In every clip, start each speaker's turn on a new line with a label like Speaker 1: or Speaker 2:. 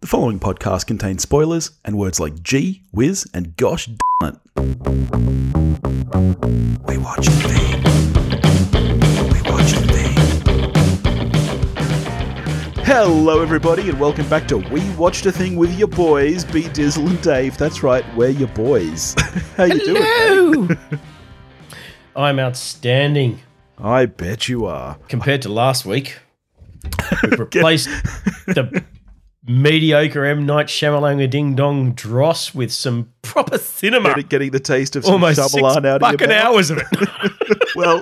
Speaker 1: The following podcast contains spoilers and words like gee, whiz, and gosh darn it. We watch thing. We watch thing. Hello, everybody, and welcome back to We Watched a Thing with your boys, B Dizzle and Dave. That's right, we're your boys. How you doing?
Speaker 2: I'm outstanding
Speaker 1: I bet you are.
Speaker 2: compared to last week. We've replaced the mediocre M Night Shyamalanga Ding Dong dross with some proper cinema.
Speaker 1: Getting, getting the taste of some
Speaker 2: Almost six
Speaker 1: Shyamalan out of your
Speaker 2: fucking
Speaker 1: mouth.
Speaker 2: hours of it.
Speaker 1: well,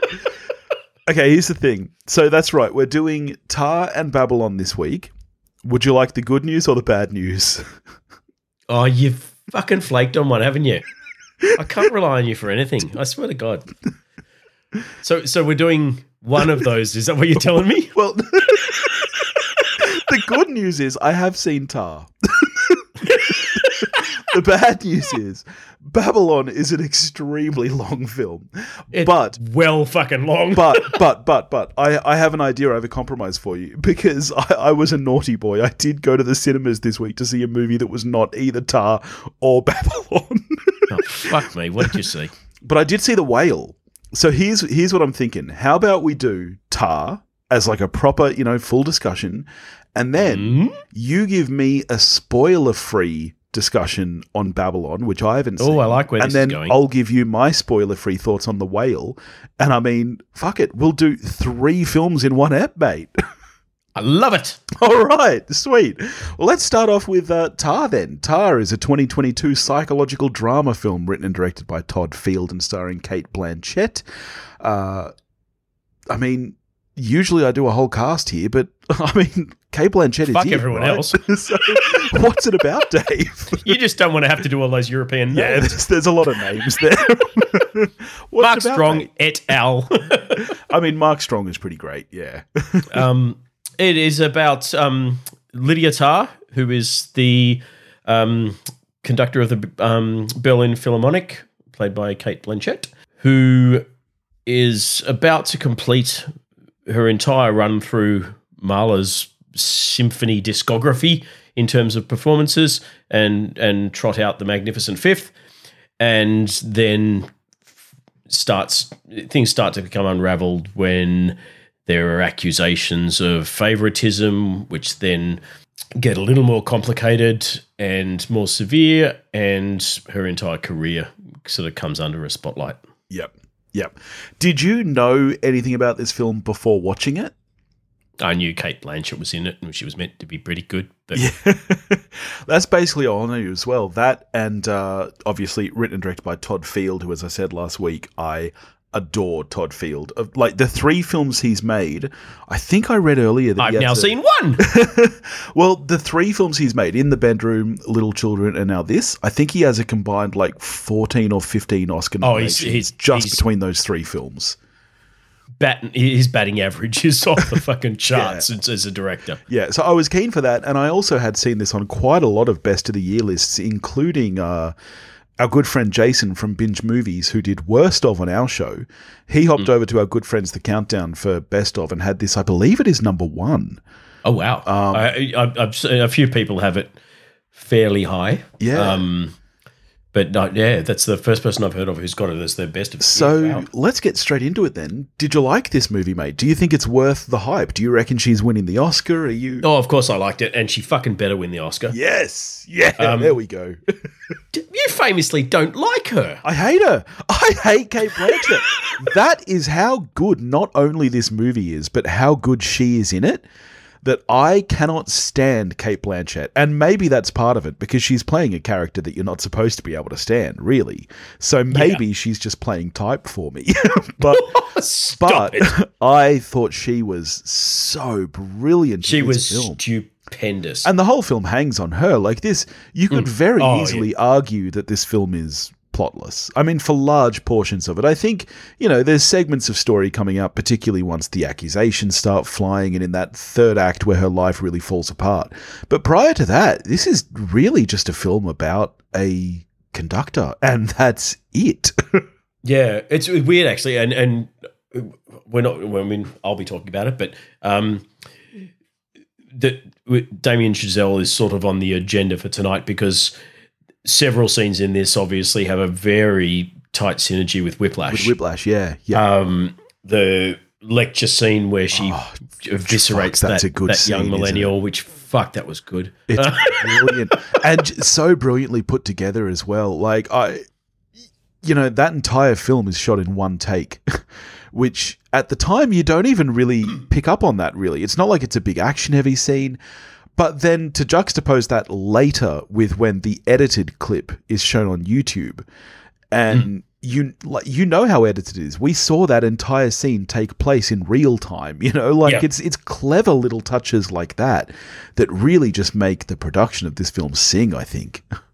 Speaker 1: okay, here's the thing. So that's right. We're doing Tar and Babylon this week. Would you like the good news or the bad news?
Speaker 2: oh, you've fucking flaked on one, haven't you? I can't rely on you for anything. I swear to God. So, so we're doing one of those. Is that what you're telling me?
Speaker 1: Well, the good news is I have seen Tar. the bad news is Babylon is an extremely long film.
Speaker 2: It's
Speaker 1: but
Speaker 2: well, fucking long.
Speaker 1: but but but but I, I have an idea. I have a compromise for you because I, I was a naughty boy. I did go to the cinemas this week to see a movie that was not either Tar or Babylon.
Speaker 2: Oh, fuck me. What did you see?
Speaker 1: But I did see the whale. So here's here's what I'm thinking. How about we do Tar as like a proper, you know, full discussion, and then
Speaker 2: Hmm?
Speaker 1: you give me a spoiler-free discussion on Babylon, which I haven't seen.
Speaker 2: Oh, I like where
Speaker 1: and
Speaker 2: this
Speaker 1: then
Speaker 2: is going.
Speaker 1: I'll give you my spoiler-free thoughts on the whale. And I mean, fuck it, we'll do three films in one ep, mate.
Speaker 2: I love it.
Speaker 1: All right, sweet. Well, let's start off with uh, Tar then. Tar is a 2022 psychological drama film written and directed by Todd Field and starring Kate Blanchett. Uh, I mean, usually I do a whole cast here, but I mean, Kate Blanchett is
Speaker 2: Fuck
Speaker 1: it,
Speaker 2: everyone
Speaker 1: right?
Speaker 2: else.
Speaker 1: so, what's it about, Dave?
Speaker 2: You just don't want to have to do all those European
Speaker 1: yeah,
Speaker 2: names.
Speaker 1: there's, there's a lot of names there. what's
Speaker 2: Mark
Speaker 1: it about,
Speaker 2: Strong
Speaker 1: mate?
Speaker 2: et al.
Speaker 1: I mean, Mark Strong is pretty great. Yeah.
Speaker 2: um, it is about um, Lydia Tarr, who is the um, conductor of the um, Berlin Philharmonic, played by Kate Blanchett, who is about to complete her entire run through Mahler's symphony discography in terms of performances and and trot out the Magnificent Fifth, and then starts things start to become unraveled when there are accusations of favoritism, which then get a little more complicated and more severe, and her entire career sort of comes under a spotlight.
Speaker 1: Yep. Yep. Did you know anything about this film before watching it?
Speaker 2: I knew Kate Blanchett was in it, and she was meant to be pretty good, but
Speaker 1: That's basically all I knew as well. That and uh, obviously written and directed by Todd Field, who, as I said last week, I adore Todd Field. Of like the three films he's made, I think I read earlier that he had
Speaker 2: I've now
Speaker 1: to-
Speaker 2: seen one.
Speaker 1: well, the three films he's made in the bedroom, Little Children, and now this. I think he has a combined like fourteen or fifteen Oscar
Speaker 2: Oh, he's-
Speaker 1: nominations
Speaker 2: he's-
Speaker 1: just
Speaker 2: he's-
Speaker 1: between those three films.
Speaker 2: Bat- his batting average is off the fucking charts as, as a director.
Speaker 1: Yeah, so I was keen for that, and I also had seen this on quite a lot of best of the year lists, including uh, our good friend Jason from Binge Movies, who did worst of on our show. He
Speaker 2: Mm.
Speaker 1: hopped over to our good friends The Countdown for best of and had this. I believe it is number one.
Speaker 2: Oh wow! I, I, I've seen a few people have it fairly high.
Speaker 1: Yeah.
Speaker 2: Um, but no, yeah, that's the first person I've heard of who's got it as their best of. the
Speaker 1: So
Speaker 2: year. Wow.
Speaker 1: let's get straight into it then. Did you like this movie, mate? Do you think it's worth the hype? Do you reckon she's winning the Oscar? Are you?
Speaker 2: Oh, of course I liked it, and she fucking better win the Oscar.
Speaker 1: Yes. Yeah.
Speaker 2: Um,
Speaker 1: there we go.
Speaker 2: D- You famously don't like her.
Speaker 1: I hate her. I hate Kate Blanchett. that is how good not only this movie is, but how good she is in it. That I cannot stand Kate Blanchett. And maybe that's part of it because she's playing a character that you're not supposed to be able to stand, really. So maybe she's just playing type for me. but
Speaker 2: Stop
Speaker 1: but
Speaker 2: it.
Speaker 1: I thought she was so brilliant.
Speaker 2: She
Speaker 1: in this
Speaker 2: was
Speaker 1: film.
Speaker 2: stupendous.
Speaker 1: And the whole film hangs on her. Like this, you could very
Speaker 2: Oh, yeah.
Speaker 1: easily argue that this film is plotless. I mean, for large portions of it, I think you know there's segments of story coming up, particularly once the accusations start flying, and in that third act where her life really falls apart. But prior to that, this is really just a film about a conductor, and that's it.
Speaker 2: Yeah, it's weird actually, and and we're not. well, I mean, I'll be talking about it, but um, that w- Damien Chazelle is sort of on the agenda for tonight because several scenes in this obviously have a very tight synergy with
Speaker 1: With
Speaker 2: Whiplash.
Speaker 1: Whiplash, yeah, yeah.
Speaker 2: um, the lecture scene where she
Speaker 1: Oh,
Speaker 2: eviscerates
Speaker 1: fuck, that's
Speaker 2: that,
Speaker 1: a good
Speaker 2: that
Speaker 1: scene,
Speaker 2: young
Speaker 1: isn't it?
Speaker 2: millennial, which fuck, that was good.
Speaker 1: It's brilliant and j- so brilliantly put together as well. Like I, you know, that entire film is shot in one take, which at the time you don't even really pick up on that. Really, it's not like it's a big action-heavy scene. But then to juxtapose that later with when the edited clip is shown on YouTube, and
Speaker 2: Hmm.
Speaker 1: you like you know how edited it is. We saw that entire scene take place in real time. You know, like
Speaker 2: Yeah.
Speaker 1: it's it's clever little touches like that that really just make the production of this film sing. I think.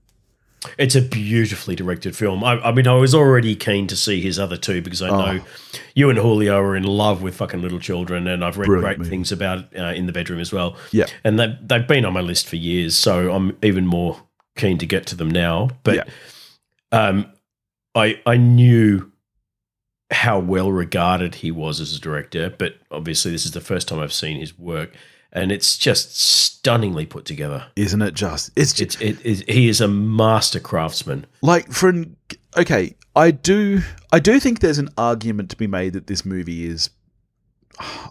Speaker 2: It's a beautifully directed film. I, I mean, I was already keen to see his other two because
Speaker 1: Oh.
Speaker 2: I know you and Julio are in love with fucking little children, and I've read
Speaker 1: Brilliant
Speaker 2: great
Speaker 1: movie.
Speaker 2: things about it uh, in the bedroom as well.
Speaker 1: Yeah.
Speaker 2: and they they've been on my list for years, so I'm even more keen to get to them now. But
Speaker 1: Yeah.
Speaker 2: um, I I knew how well regarded he was as a director, but obviously this is the first time I've seen his work, and it's just stunningly put together.
Speaker 1: Isn't it just? It's just
Speaker 2: It's, it is he is a master craftsman.
Speaker 1: like for an okay i do i do think there's an argument to be made that this movie is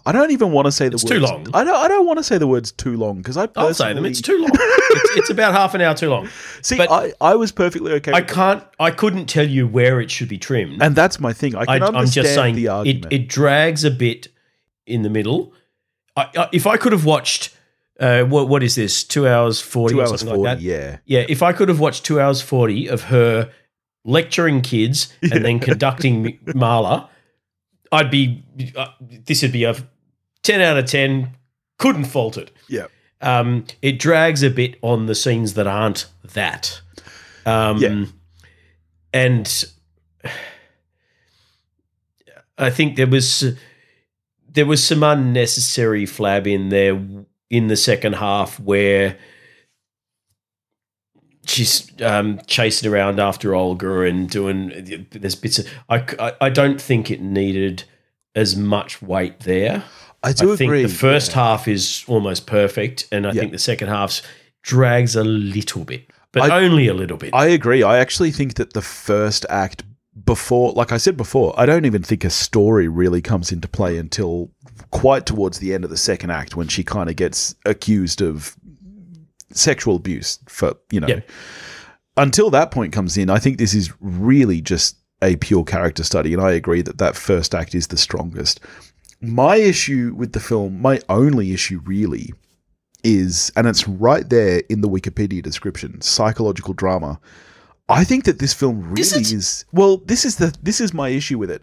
Speaker 1: i don't even want to say the
Speaker 2: It's
Speaker 1: words
Speaker 2: too long.
Speaker 1: i don't i don't want to say the words too long because i
Speaker 2: I'll say them.
Speaker 1: personally-
Speaker 2: It's too long. it's, it's about half an hour too long.
Speaker 1: see
Speaker 2: but-
Speaker 1: i i was perfectly okay
Speaker 2: I
Speaker 1: with it.
Speaker 2: can't. I couldn't tell you where it should be trimmed.
Speaker 1: and that's my thing i
Speaker 2: I,
Speaker 1: can
Speaker 2: I'm
Speaker 1: understand
Speaker 2: just saying
Speaker 1: the
Speaker 2: it,
Speaker 1: argument
Speaker 2: it drags a bit in the middle. I, I, if I could have watched, uh, what what is this? Two hours forty.
Speaker 1: two
Speaker 2: or
Speaker 1: hours
Speaker 2: something
Speaker 1: 40
Speaker 2: Like that.
Speaker 1: yeah
Speaker 2: Yeah. If I could have watched two hours forty of her lecturing kids and then conducting Marla, I'd be. Uh, this would be a ten out of ten. Couldn't fault it.
Speaker 1: yeah
Speaker 2: um, it drags a bit on the scenes that aren't that. Um,
Speaker 1: Yeah.
Speaker 2: And I think there was there was some unnecessary flab in there in the second half where she's um, chasing around after Olga and doing there's bits of I, I, I don't think it needed as much weight there.
Speaker 1: i do
Speaker 2: I think
Speaker 1: agree
Speaker 2: the first half is almost perfect, and I
Speaker 1: Yeah.
Speaker 2: think the second half drags a little bit, but
Speaker 1: I-
Speaker 2: only a little bit.
Speaker 1: I agree. I actually think that the first act before, like I said before, I don't even think a story really comes into play until quite towards the end of the second act when she kind of gets accused of sexual abuse for, you know.
Speaker 2: Yeah.
Speaker 1: Until that point comes in, I think this is really just a pure character study. And I agree that that first act is the strongest. My issue with the film, my only issue really, is, and it's right there in the Wikipedia description, psychological drama. I think that this film really
Speaker 2: Is
Speaker 1: is,
Speaker 2: it?
Speaker 1: well. This is the this is my issue with it.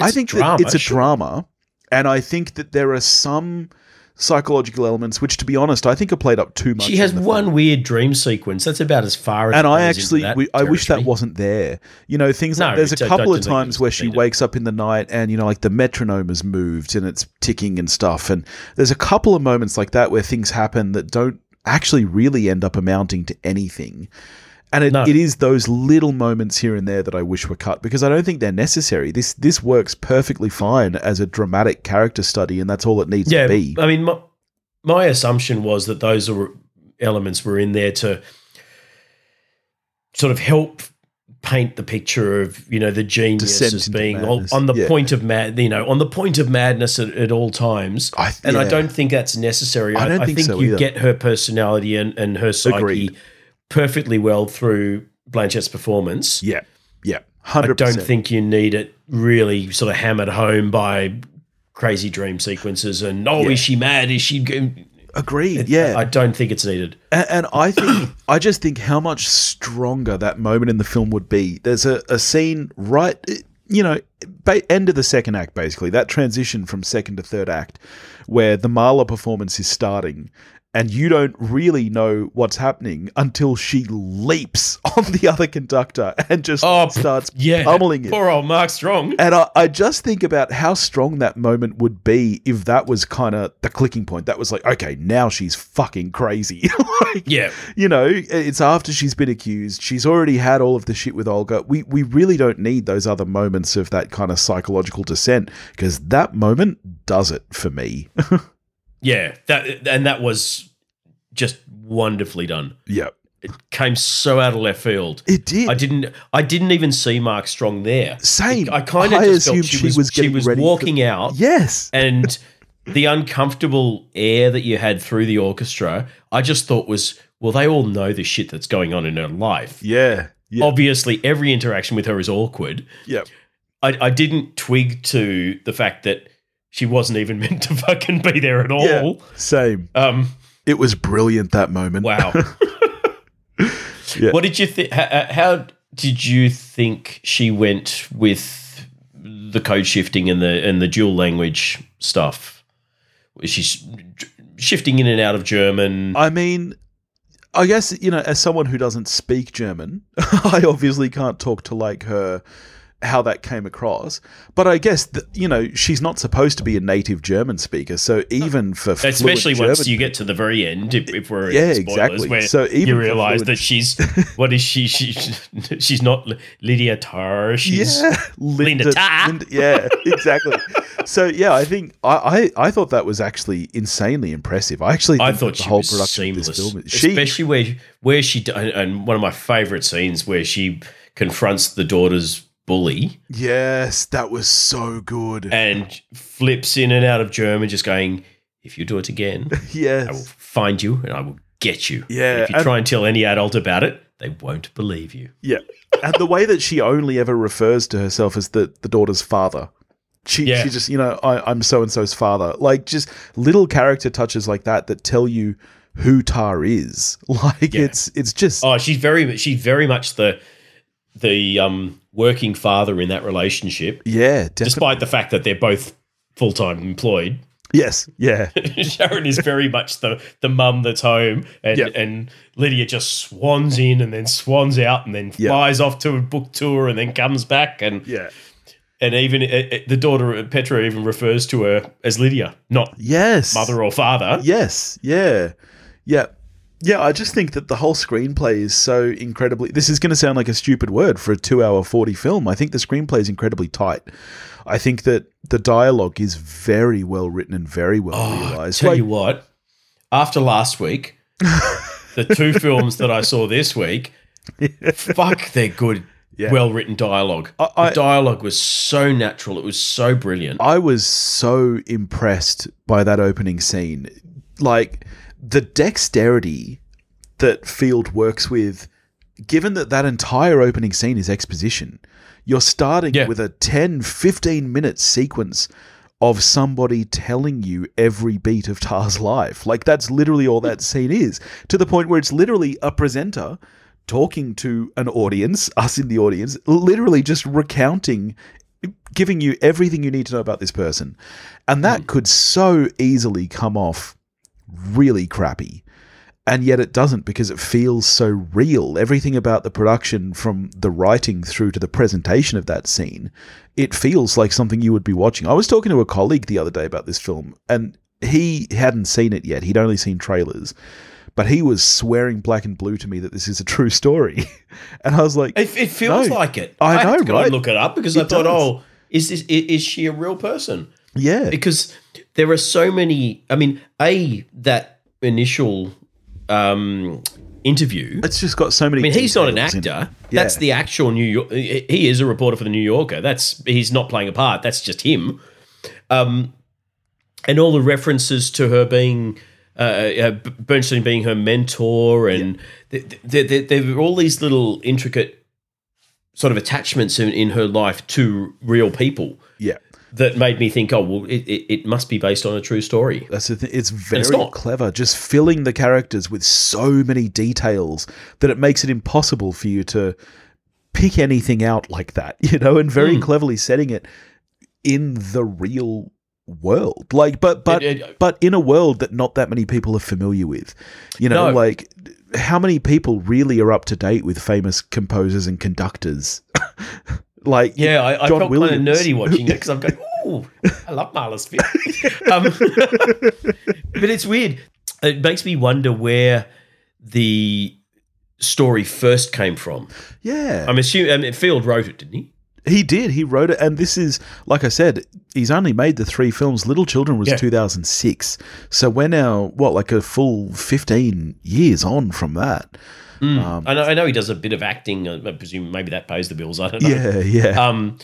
Speaker 1: I
Speaker 2: It's
Speaker 1: think that
Speaker 2: drama,
Speaker 1: it's a
Speaker 2: sure.
Speaker 1: drama, and I think that there are some psychological elements which, to be honest, I think are played up too much.
Speaker 2: she has
Speaker 1: in the
Speaker 2: one weird dream sequence. That's about as far as.
Speaker 1: and
Speaker 2: it
Speaker 1: I
Speaker 2: goes into
Speaker 1: actually,
Speaker 2: that
Speaker 1: we, I wish that
Speaker 2: territory.
Speaker 1: wasn't there. You know, things
Speaker 2: No,
Speaker 1: like there's
Speaker 2: it's-
Speaker 1: a
Speaker 2: I don't
Speaker 1: couple of
Speaker 2: think
Speaker 1: times
Speaker 2: it's
Speaker 1: where she
Speaker 2: needed.
Speaker 1: wakes up in the night and, you know, like the metronome has moved and it's ticking and stuff. And there's a couple of moments like that where things happen that don't actually really end up amounting to anything. And it,
Speaker 2: No.
Speaker 1: it is those little moments here and there that I wish were cut because I don't think they're necessary. This this works perfectly fine as a dramatic character study, and that's all it needs
Speaker 2: Yeah,
Speaker 1: to be.
Speaker 2: I mean, my, my assumption was that those were elements were in there to sort of help paint the picture of you know the genius
Speaker 1: Descent
Speaker 2: as
Speaker 1: into
Speaker 2: being on,
Speaker 1: madness.
Speaker 2: on the
Speaker 1: Yeah.
Speaker 2: point of mad, you know, on the point of madness at, at all times.
Speaker 1: I,
Speaker 2: and I
Speaker 1: yeah.
Speaker 2: don't think that's necessary.
Speaker 1: I
Speaker 2: I,
Speaker 1: don't
Speaker 2: I
Speaker 1: think
Speaker 2: think,
Speaker 1: so
Speaker 2: you
Speaker 1: either.
Speaker 2: get her personality and, and her psyche
Speaker 1: Agreed.
Speaker 2: perfectly well through Blanchett's performance.
Speaker 1: Yeah, yeah,
Speaker 2: I
Speaker 1: hundred
Speaker 2: don't
Speaker 1: percent.
Speaker 2: think you need it really sort of hammered home by crazy dream sequences and oh,
Speaker 1: Yeah.
Speaker 2: is she mad? Is she? g-"
Speaker 1: Agreed. Yeah,
Speaker 2: I don't think it's needed.
Speaker 1: And, and I think I just think how much stronger that moment in the film would be. There's a, a scene right, you know, ba- end of the second act, basically that transition from second to third act, where the Marla performance is starting, and you don't really know what's happening until she leaps on the other conductor and just
Speaker 2: Oh,
Speaker 1: starts
Speaker 2: Yeah,
Speaker 1: pummeling it.
Speaker 2: poor old Mark Strong.
Speaker 1: And I, I just think about how strong that moment would be if that was kind of the clicking point. That was like, okay, now she's fucking crazy. like,
Speaker 2: Yeah,
Speaker 1: you know, it's after she's been accused. She's already had all of the shit with Olga. We we really don't need those other moments of that kind of psychological descent because that moment does it for me.
Speaker 2: yeah. That and that was just wonderfully done.
Speaker 1: Yeah.
Speaker 2: It came so out of left field.
Speaker 1: It did.
Speaker 2: I didn't. I didn't even see Mark Strong there.
Speaker 1: Same.
Speaker 2: I kind of
Speaker 1: I
Speaker 2: just felt
Speaker 1: assumed
Speaker 2: she
Speaker 1: she
Speaker 2: was,
Speaker 1: was
Speaker 2: she
Speaker 1: getting
Speaker 2: was
Speaker 1: ready for-
Speaker 2: walking out,
Speaker 1: Yes.
Speaker 2: and the uncomfortable air that you had through the orchestra, I just thought was well, they all know the shit that's going on in her life.
Speaker 1: Yeah. Yeah.
Speaker 2: Obviously, every interaction with her is awkward.
Speaker 1: yeah.
Speaker 2: I, I didn't twig to the fact that she wasn't even meant to fucking be there at all.
Speaker 1: Same.
Speaker 2: Um,
Speaker 1: It was brilliant that moment.
Speaker 2: wow.
Speaker 1: Yeah.
Speaker 2: What did you think? How, how did you think she went with the code shifting and the and the dual language stuff? Was she sh- shifting in and out of German?
Speaker 1: I mean, I guess, you know, as someone who doesn't speak German, I obviously can't talk to like her how that came across. But I guess, th you know, she's not supposed to be a native German speaker. So even for
Speaker 2: Especially
Speaker 1: fluent
Speaker 2: once
Speaker 1: German-
Speaker 2: you get to the very end, if, if we're
Speaker 1: Yeah,
Speaker 2: in spoilers,
Speaker 1: exactly.
Speaker 2: where
Speaker 1: So even
Speaker 2: you
Speaker 1: for
Speaker 2: realise
Speaker 1: fluent-
Speaker 2: that she's what is she? She she's not L- Lydia Tarr. She's
Speaker 1: yeah, Linda,
Speaker 2: Tarr.
Speaker 1: Linda- yeah, exactly. so yeah, I think I, I I thought that was actually insanely impressive. I actually
Speaker 2: I
Speaker 1: think
Speaker 2: thought
Speaker 1: that the
Speaker 2: she
Speaker 1: whole
Speaker 2: was
Speaker 1: production
Speaker 2: seamless,
Speaker 1: of this film, is- she
Speaker 2: especially where where she d- and- and one of my favourite scenes where she confronts the daughter's bully
Speaker 1: yes, that was so good.
Speaker 2: and flips in and out of German, just going, "If you do it again, I will
Speaker 1: yes,
Speaker 2: find you and I will get you."
Speaker 1: Yeah,
Speaker 2: And if you
Speaker 1: and-
Speaker 2: try and tell any adult about it, they won't believe you.
Speaker 1: yeah, and the way that she only ever refers to herself as the the daughter's father. She,
Speaker 2: Yeah.
Speaker 1: she just you know I, I'm so and so's father like just little character touches like that that tell you who Tar is like
Speaker 2: Yeah.
Speaker 1: it's it's just
Speaker 2: Oh, she's very she's very much the the um, working father in that relationship,
Speaker 1: yeah definitely
Speaker 2: despite the fact that they're both full time employed.
Speaker 1: yes yeah
Speaker 2: Sharon is very much the the mum that's home, and
Speaker 1: Yep.
Speaker 2: and Lydia just swans in and then swans out and then
Speaker 1: Yeah.
Speaker 2: flies off to a book tour and then comes back and
Speaker 1: yeah
Speaker 2: and even uh, uh, the daughter uh, Petra even refers to her as Lydia, not
Speaker 1: yes
Speaker 2: mother or father.
Speaker 1: Yes. Yeah. Yeah. Yeah. I just think that the whole screenplay is so incredibly. This is going to sound like a stupid word for a two hour 40 film. I think the screenplay is incredibly tight. I think that the dialogue is very well written and very well realized.
Speaker 2: Oh, Tell
Speaker 1: Like,
Speaker 2: you what, after last week, the two films that I saw this week, fuck, they're good.
Speaker 1: Yeah.
Speaker 2: Well written dialogue.
Speaker 1: I- I-
Speaker 2: the dialogue was so natural. It was so brilliant.
Speaker 1: I was so impressed by that opening scene. Like the dexterity that Field works with, given that that entire opening scene is exposition, you're starting
Speaker 2: Yeah.
Speaker 1: with a 10, 15 minute sequence of somebody telling you every beat of Tar's life. Like that's literally all that scene is, to the point where it's literally a presenter talking to an audience, us in the audience, literally just recounting giving you everything you need to know about this person. And that
Speaker 2: Hmm.
Speaker 1: could so easily come off really crappy. And yet it doesn't because it feels so real. Everything about the production, from the writing through to the presentation of that scene, it feels like something you would be watching. I was talking to a colleague the other day about this film, and he hadn't seen it yet. He'd only seen trailers, but he was swearing black and blue to me that this is a true story. and I was like,
Speaker 2: It, it feels
Speaker 1: No.
Speaker 2: like it.
Speaker 1: I know,
Speaker 2: had to go and
Speaker 1: right?
Speaker 2: Look it up because I
Speaker 1: It
Speaker 2: thought,
Speaker 1: does.
Speaker 2: oh, is this i- is she a real person?
Speaker 1: yeah,
Speaker 2: Because there are so many. I mean, a that initial um, interview. I
Speaker 1: it's just got so many.
Speaker 2: mean, he's not an
Speaker 1: details in it.
Speaker 2: actor. That's the actual New York. He he is a reporter for the New Yorker. That's he's not playing a part. That's just him. Um, and all the references to her being. Uh, uh, B- Bernstein being her mentor, and th- th- th- there were all these little intricate sort of attachments in, in her life to real people
Speaker 1: Yeah.
Speaker 2: that made me think, oh, well, it, it, it must be based on a true story.
Speaker 1: That's the thing. It's very
Speaker 2: not.
Speaker 1: clever, just filling the characters with so many details that it makes it impossible for you to pick anything out like that, you know, and
Speaker 2: Hmm.
Speaker 1: very cleverly setting it in the real world. Like, but but
Speaker 2: It- uh, it-
Speaker 1: but in a world that not that many people are familiar with, you know,
Speaker 2: No.
Speaker 1: like how many people really are up to date with famous composers and conductors? like,
Speaker 2: Yeah, I,
Speaker 1: John
Speaker 2: I felt kind of
Speaker 1: Williams.
Speaker 2: nerdy watching it because I'm going, ooh, I love Marla's film. um, but it's weird. It makes me wonder where the story first came from.
Speaker 1: yeah,
Speaker 2: I'm assuming I mean, Field wrote it, didn't he?
Speaker 1: He did. He wrote it, and this is like I said. He's only made the three films. Little Children was
Speaker 2: Yeah.
Speaker 1: 2006, so we're now what like a full 15 years on from that. Hmm.
Speaker 2: I know, I know he does a bit of acting. uh, I I presume maybe that pays the bills. I don't know.
Speaker 1: Yeah, Uh, yeah,
Speaker 2: Um,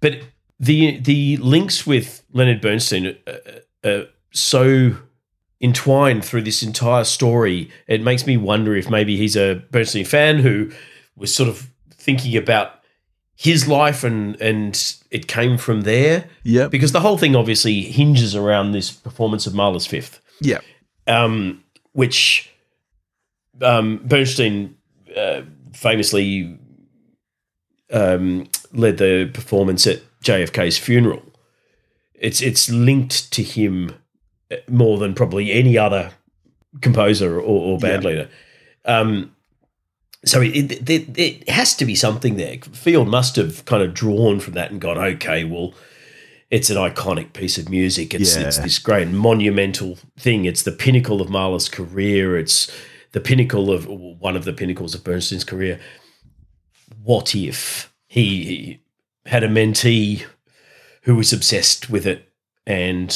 Speaker 2: but the the links with Leonard Bernstein are, are so entwined through this entire story. It makes me wonder if maybe he's a Bernstein fan who was sort of thinking about his life and and it came from there
Speaker 1: yeah,
Speaker 2: because the whole thing obviously hinges around this performance of Marla's Fifth
Speaker 1: yeah.
Speaker 2: um, which um, Bernstein uh, famously um, led the performance at JFK's funeral. It's it's linked to him more than probably any other composer or, or band leader. Um, so it, it, it, it has to be something there. Field must have kind of drawn from that and gone, okay, well, it's an iconic piece of music. It's it's
Speaker 1: Yeah.
Speaker 2: this great monumental thing. It's the pinnacle of Mahler's career. It's the pinnacle of one of the pinnacles of Bernstein's career. What if he, he had a mentee who was obsessed with it and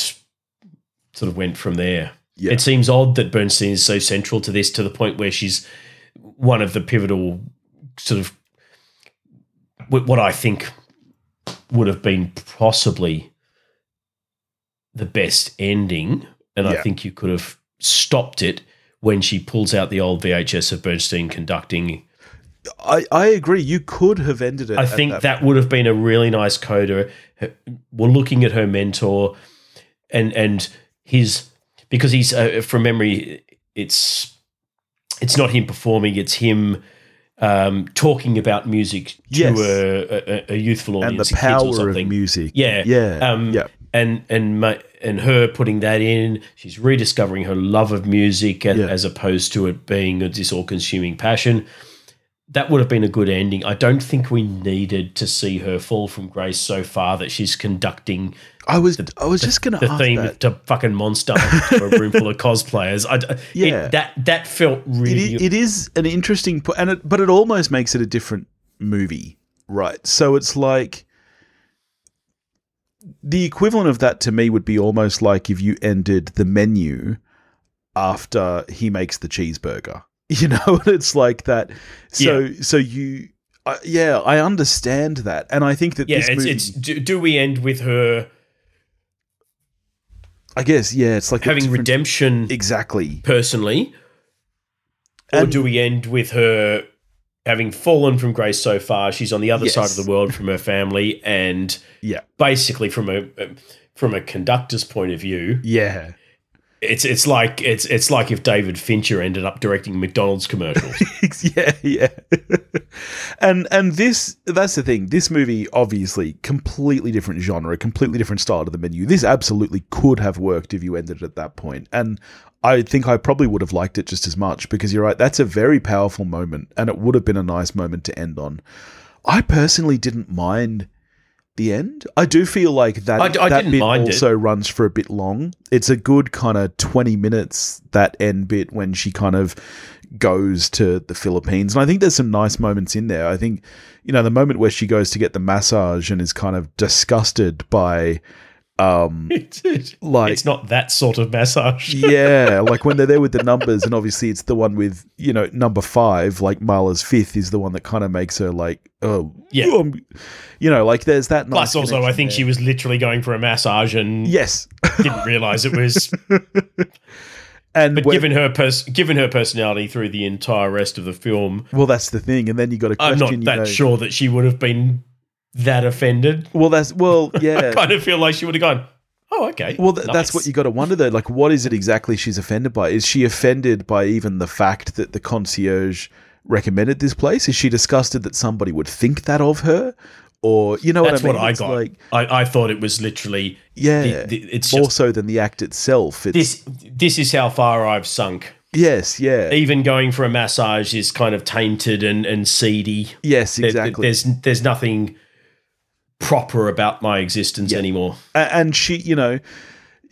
Speaker 2: sort of went from there?
Speaker 1: Yeah.
Speaker 2: It seems odd that Bernstein is so central to this to the point where she's one of the pivotal sort of wh- what I think would have been possibly the best ending. And I
Speaker 1: Yeah.
Speaker 2: think you could have stopped it when she pulls out the old VHS of Bernstein conducting
Speaker 1: I, I agree. You could have ended it.
Speaker 2: I
Speaker 1: at
Speaker 2: think that, would have been a really nice coda. Her- We're looking at her mentor, and and his because he's uh, from memory. It's it's not him performing; it's him um, talking about music to
Speaker 1: Yes.
Speaker 2: a, a, a youthful
Speaker 1: and
Speaker 2: audience,
Speaker 1: the
Speaker 2: a kid or
Speaker 1: power of
Speaker 2: something.
Speaker 1: music.
Speaker 2: Yeah,
Speaker 1: yeah,
Speaker 2: um,
Speaker 1: yeah.
Speaker 2: and and my, and her putting that in, she's rediscovering her love of music and,
Speaker 1: Yeah.
Speaker 2: as opposed to it being this all-consuming passion. That would have been a good ending. I don't think we needed to see her fall from grace so far that she's conducting
Speaker 1: I was I was just going to
Speaker 2: the
Speaker 1: ask
Speaker 2: theme
Speaker 1: that.
Speaker 2: to fucking monster to a room full of cosplayers. I d
Speaker 1: Yeah.
Speaker 2: it, that that felt
Speaker 1: It,
Speaker 2: really
Speaker 1: i- it is an interesting po- and it, but it almost makes it a different movie, right? So it's like the equivalent of that to me would be almost like if you ended the menu after he makes the cheeseburger. You know, it's like that. So so you. Uh, yeah, I understand that, and I think that
Speaker 2: yeah.
Speaker 1: this
Speaker 2: It's,
Speaker 1: movie,
Speaker 2: it's do, do we end with her
Speaker 1: I guess, yeah, it's like a
Speaker 2: having
Speaker 1: different-
Speaker 2: redemption
Speaker 1: exactly,
Speaker 2: personally, or
Speaker 1: And-
Speaker 2: do we end with her having fallen from grace so far? She's on the other side
Speaker 1: Yes.
Speaker 2: of the world from her family, and
Speaker 1: yeah,
Speaker 2: basically from a from a conductor's point of view,
Speaker 1: yeah,
Speaker 2: it's it's like it's it's like if David Fincher ended up directing McDonald's commercials.
Speaker 1: yeah, yeah. and and this that's the thing. This movie obviously completely different genre, completely different style to the menu. This absolutely could have worked if you ended it at that point. And I think I probably would have liked it just as much because you're right, that's a very powerful moment and it would have been a nice moment to end on. I personally didn't mind the end. I do feel like that
Speaker 2: I d- I
Speaker 1: that
Speaker 2: didn't
Speaker 1: bit
Speaker 2: mind it.
Speaker 1: also runs for a bit long. It's a good kind of 20 minutes that end bit when she kind of goes to the Philippines. And I think there's some nice moments in there. I think you know the moment where she goes to get the massage and is kind of disgusted by um
Speaker 2: it's
Speaker 1: like
Speaker 2: not that sort of massage.
Speaker 1: yeah, like when they're there with the numbers, and obviously it's the one with you know number five, like Marla's fifth is the one that kind of makes her like, oh,
Speaker 2: Yeah.
Speaker 1: um, you know, like there's that. nice
Speaker 2: Plus, also, I
Speaker 1: connection
Speaker 2: think
Speaker 1: there.
Speaker 2: she was literally going for a massage and
Speaker 1: yes,
Speaker 2: didn't realize it was.
Speaker 1: and
Speaker 2: But
Speaker 1: when-
Speaker 2: given her pers- given her personality through the entire rest of the film,
Speaker 1: well, that's the thing, and then you got a question.
Speaker 2: I'm not
Speaker 1: you
Speaker 2: that
Speaker 1: know-
Speaker 2: sure that she would have been that offended.
Speaker 1: Well, that's well, yeah.
Speaker 2: Kind of feel like she would have gone, "Oh, okay."
Speaker 1: Well, th- that's
Speaker 2: nice."
Speaker 1: what you got to wonder though. Like, what is it exactly she's offended by? Is she offended by even the fact that the concierge recommended this place? Is she disgusted that somebody would think that of her? Or you know
Speaker 2: That's
Speaker 1: what I
Speaker 2: what
Speaker 1: mean?
Speaker 2: I
Speaker 1: It's
Speaker 2: got.
Speaker 1: Like,
Speaker 2: I, I thought it was literally.
Speaker 1: yeah,
Speaker 2: the- the- it's
Speaker 1: more
Speaker 2: just
Speaker 1: so than the act itself. It's,
Speaker 2: this. This is how far I've sunk.
Speaker 1: yes, yeah,
Speaker 2: Even going for a massage is kind of tainted and and seedy.
Speaker 1: yes,
Speaker 2: There-
Speaker 1: exactly.
Speaker 2: There's there's nothing proper about my existence anymore.
Speaker 1: A- and she, you know,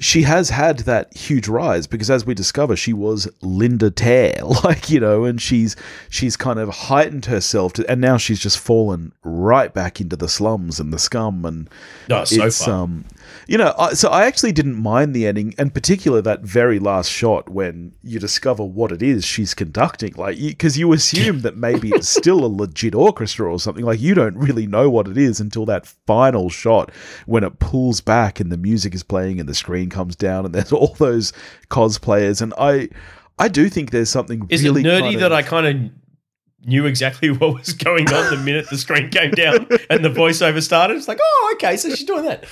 Speaker 1: she has had that huge rise because as we discover she was Linda Tear like you know and she's she's kind of heightened herself to, and now she's just fallen right back into the slums and the scum and
Speaker 2: No, so
Speaker 1: it's
Speaker 2: far.
Speaker 1: um you know I, so I actually didn't mind the ending and particular that very last shot when you discover what it is she's conducting like because you assume that maybe it's still a legit orchestra or something like you don't really know what it is until that final shot when it pulls back and the music is playing and the screen comes down and there's all those cosplayers and I I do think there's something
Speaker 2: Is
Speaker 1: really
Speaker 2: it nerdy
Speaker 1: kind of-
Speaker 2: that I kind of knew exactly what was going on the minute the screen came down and the voiceover started? It's like, oh, okay, so she's doing that.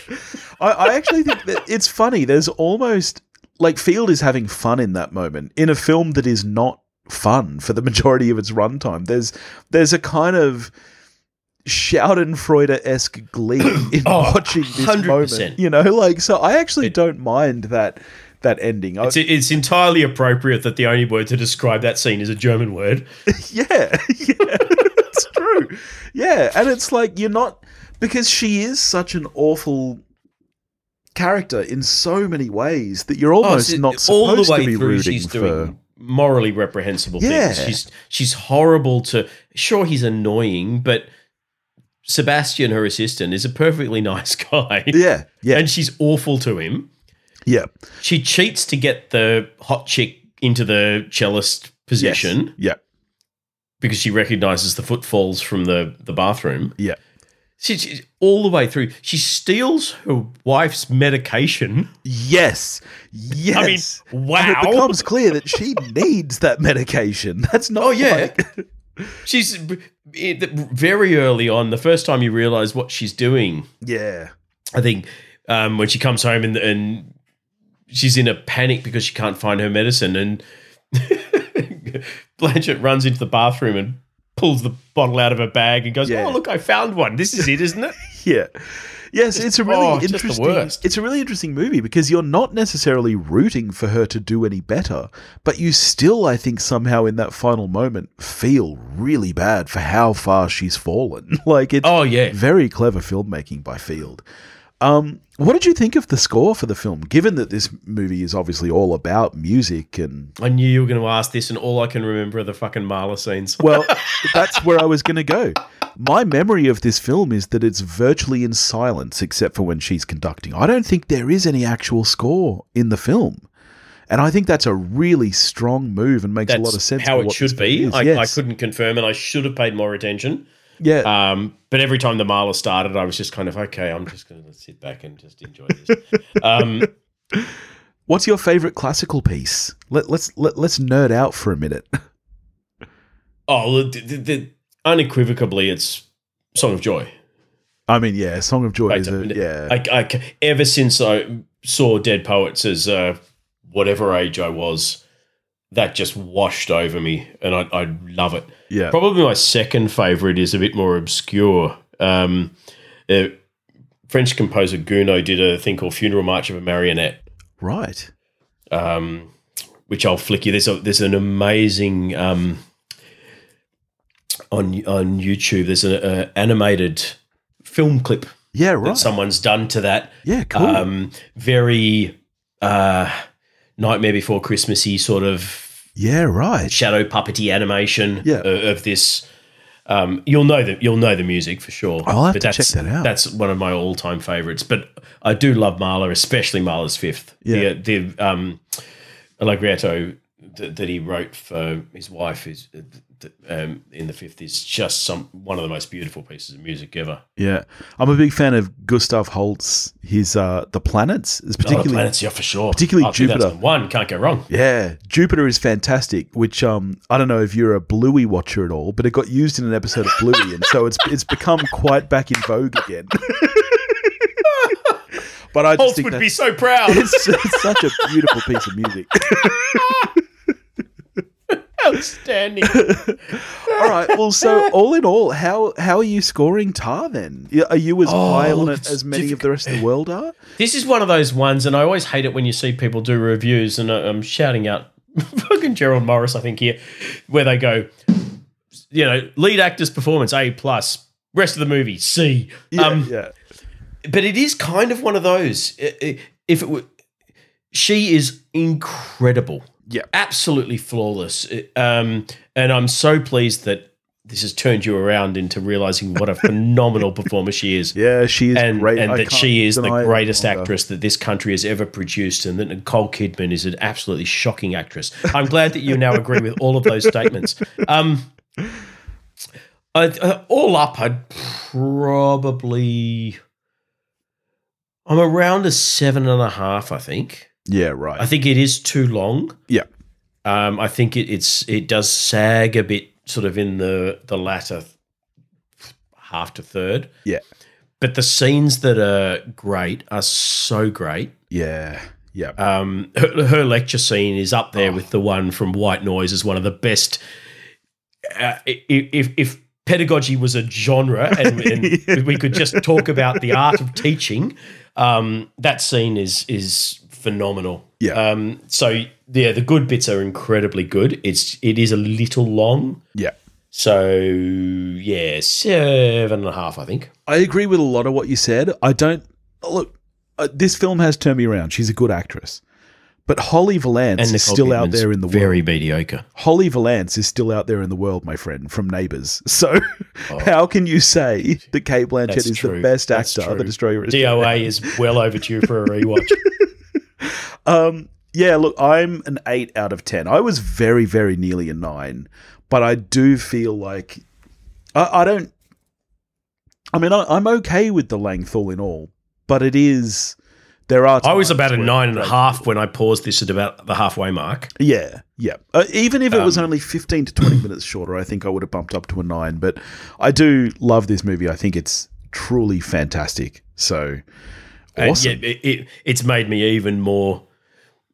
Speaker 1: I, I actually think that it's funny. There's almost like Field is having fun in that moment in a film that is not fun for the majority of its runtime. There's there's a kind of Schadenfreude esque glee in
Speaker 2: Oh,
Speaker 1: watching this
Speaker 2: 100%.
Speaker 1: moment. You know, like so. I actually
Speaker 2: It-
Speaker 1: don't mind that that ending. I,
Speaker 2: It's, it's entirely appropriate that the only word to describe that scene is a German word.
Speaker 1: yeah, yeah, it's true. Yeah, and it's like you're not because she is such an awful character in so many ways that you're almost
Speaker 2: Oh, so
Speaker 1: Oh, not supposed to be rooting
Speaker 2: she's
Speaker 1: for.
Speaker 2: doing morally reprehensible
Speaker 1: Yeah.
Speaker 2: things. She's she's horrible to. Sure, he's annoying, but Sebastian, her assistant, is a perfectly nice guy,
Speaker 1: Yeah, yeah,
Speaker 2: and she's awful to him.
Speaker 1: yeah.
Speaker 2: She cheats to get the hot chick into the cellist position
Speaker 1: Yes.
Speaker 2: because she recognizes the footfalls from the the bathroom.
Speaker 1: Yeah, yeah.
Speaker 2: She, she- all the way through, she steals her wife's medication.
Speaker 1: Yes, yes.
Speaker 2: I mean, wow.
Speaker 1: And it becomes clear that she needs that medication. That's not.
Speaker 2: Oh yeah,
Speaker 1: like-
Speaker 2: she's it, very early on. The first time you realize what she's doing,
Speaker 1: yeah,
Speaker 2: I think um, when she comes home and, and she's in a panic because she can't find her medicine, and Blanchett runs into the bathroom and pulls the bottle out of her bag and goes,
Speaker 1: Yeah.
Speaker 2: "Oh look, I found one. This is it, isn't it?"
Speaker 1: yeah. Yes, it's a really
Speaker 2: oh, just the
Speaker 1: interesting.
Speaker 2: worst.
Speaker 1: It's a really interesting movie because you're not necessarily rooting for her to do any better, but you still, I think, somehow in that final moment feel really bad for how far she's fallen. Like it's
Speaker 2: Oh yeah,
Speaker 1: very clever filmmaking by Field. Um, what did you think of the score for the film? Given that this movie is obviously all about music and
Speaker 2: I knew you were going to ask this, and all I can remember are the fucking Marla scenes.
Speaker 1: well, that's where I was going to go. My memory of this film is that it's virtually in silence except for when she's conducting. I don't think there is any actual score in the film. And I think that's a really strong move and makes
Speaker 2: That's
Speaker 1: a lot of sense.
Speaker 2: how
Speaker 1: for
Speaker 2: it
Speaker 1: what
Speaker 2: should
Speaker 1: this film
Speaker 2: be.
Speaker 1: is.
Speaker 2: I, I
Speaker 1: Yes.
Speaker 2: couldn't confirm, and I should have paid more attention.
Speaker 1: Yeah.
Speaker 2: Um, but every time the Marla started, I was just kind of okay. I'm just going to sit back and just enjoy this. Um,
Speaker 1: What's your favorite classical piece? Let, let's let, let's nerd out for a minute.
Speaker 2: oh, the, the, the, unequivocally, it's Song of Joy.
Speaker 1: I mean, yeah, Song of Joy is a
Speaker 2: Right,
Speaker 1: yeah.
Speaker 2: I, I c- ever since I saw Dead Poets as uh, whatever age I was, that just washed over me, and I, I love it.
Speaker 1: Yeah.
Speaker 2: Probably my second favorite is a bit more obscure. Um, uh, French composer Gounod did a thing called Funeral March of a Marionette.
Speaker 1: right.
Speaker 2: um, which I'll flick you. There's a, there's an amazing um, on on YouTube. There's an uh, animated film clip
Speaker 1: Yeah,
Speaker 2: that
Speaker 1: right.
Speaker 2: someone's done to that.
Speaker 1: yeah, cool.
Speaker 2: Um, very uh, Nightmare Before Christmassy sort of
Speaker 1: yeah, right.
Speaker 2: shadow puppety animation
Speaker 1: Yeah.
Speaker 2: o- of this. Um, you'll know the you'll know the music for sure.
Speaker 1: I'll have to
Speaker 2: that's,
Speaker 1: check that out.
Speaker 2: That's one of my all time favorites. But I do love Marla, especially Marla's Fifth.
Speaker 1: Yeah.
Speaker 2: the, the um, Allegretto that, that he wrote for his wife is uh, th- um, in the Fifth is just some one of the most beautiful pieces of music ever.
Speaker 1: Yeah, I'm a big fan of Gustav Holst. His uh, the planets is
Speaker 2: Particularly,
Speaker 1: particularly.
Speaker 2: Oh, planets, yeah, for sure.
Speaker 1: particularly
Speaker 2: Oh, 2001,
Speaker 1: Jupiter.
Speaker 2: can't go wrong.
Speaker 1: Yeah, Jupiter is fantastic. Which um, I don't know if you're a Bluey watcher at all, but it got used in an episode of Bluey, and so it's it's become quite back in vogue again. but I just
Speaker 2: Holt
Speaker 1: think
Speaker 2: would
Speaker 1: that
Speaker 2: be so proud.
Speaker 1: it's, it's such a beautiful piece of music.
Speaker 2: Outstanding.
Speaker 1: All right. Well, so all in all, how how are you scoring Tar then? Yeah, Are you as high on
Speaker 2: look,
Speaker 1: it
Speaker 2: Oh, it's
Speaker 1: as many of the rest of the world are?
Speaker 2: This is one of those ones, and I always hate it when you see people do reviews, and I- I'm shouting out fucking Gerald Morris, I think here, where they go, you know, lead actor's performance A plus, rest of the movie C.
Speaker 1: Yeah,
Speaker 2: um,
Speaker 1: yeah,
Speaker 2: But it is kind of one of those. I- I- If it were, she is incredible.
Speaker 1: Yeah.
Speaker 2: Absolutely flawless. Um, and I'm so pleased that this has turned you around into realizing what a phenomenal performer she is.
Speaker 1: Yeah, she is
Speaker 2: And,
Speaker 1: great.
Speaker 2: and
Speaker 1: I
Speaker 2: that
Speaker 1: can't
Speaker 2: she is the
Speaker 1: deny it
Speaker 2: greatest
Speaker 1: longer.
Speaker 2: actress that this country has ever produced, and that Nicole Kidman is an absolutely shocking actress. I'm glad that you now agree with all of those statements. Um, I, uh, all up, I'd probably. I'm around a seven and a half, I think.
Speaker 1: Yeah, right.
Speaker 2: I think it is too long.
Speaker 1: yeah.
Speaker 2: Um, I think it, it's it does sag a bit, sort of in the the latter half to third.
Speaker 1: Yeah.
Speaker 2: But the scenes that are great are so great.
Speaker 1: Yeah. Yeah.
Speaker 2: Um, her, her lecture scene is up
Speaker 1: Oh.
Speaker 2: there with the one from White Noise as one of the best. Uh, i- i- if if pedagogy was a genre and, and we could just talk about the art of teaching, um, that scene is is phenomenal.
Speaker 1: Yeah.
Speaker 2: Um, so yeah, the good bits are incredibly good. It's it is a little long.
Speaker 1: yeah.
Speaker 2: So yeah, seven and a half, I think.
Speaker 1: I agree with a lot of what you said. I don't look. Uh, this film has turned me around. She's a good actress, but Holly Valance is
Speaker 2: Nicole
Speaker 1: still out
Speaker 2: Kidman's
Speaker 1: there in the world.
Speaker 2: very mediocre.
Speaker 1: Holly Valance is still out there in the world, my friend, from Neighbours. So, how can you say that Kate Blanchett
Speaker 2: Oh.
Speaker 1: is
Speaker 2: That's true.
Speaker 1: the best
Speaker 2: That's
Speaker 1: actor
Speaker 2: true.
Speaker 1: that Australia has
Speaker 2: DOA is well overdue for a rewatch.
Speaker 1: Um, yeah, look, I'm an eight out of ten. I was very, very nearly a nine, but I do feel like I, I don't. I mean, I, I'm okay with the length all in all, but it is there are.
Speaker 2: I was
Speaker 1: times
Speaker 2: about a
Speaker 1: where-
Speaker 2: nine and a half when I paused this at about the halfway mark.
Speaker 1: Yeah, yeah. Uh, even if it was
Speaker 2: Um.
Speaker 1: only 15 to 20 minutes shorter, I think I would have bumped up to a nine. But I do love this movie. I think it's truly fantastic. So
Speaker 2: And
Speaker 1: awesome.
Speaker 2: yet it, it, it's made me even more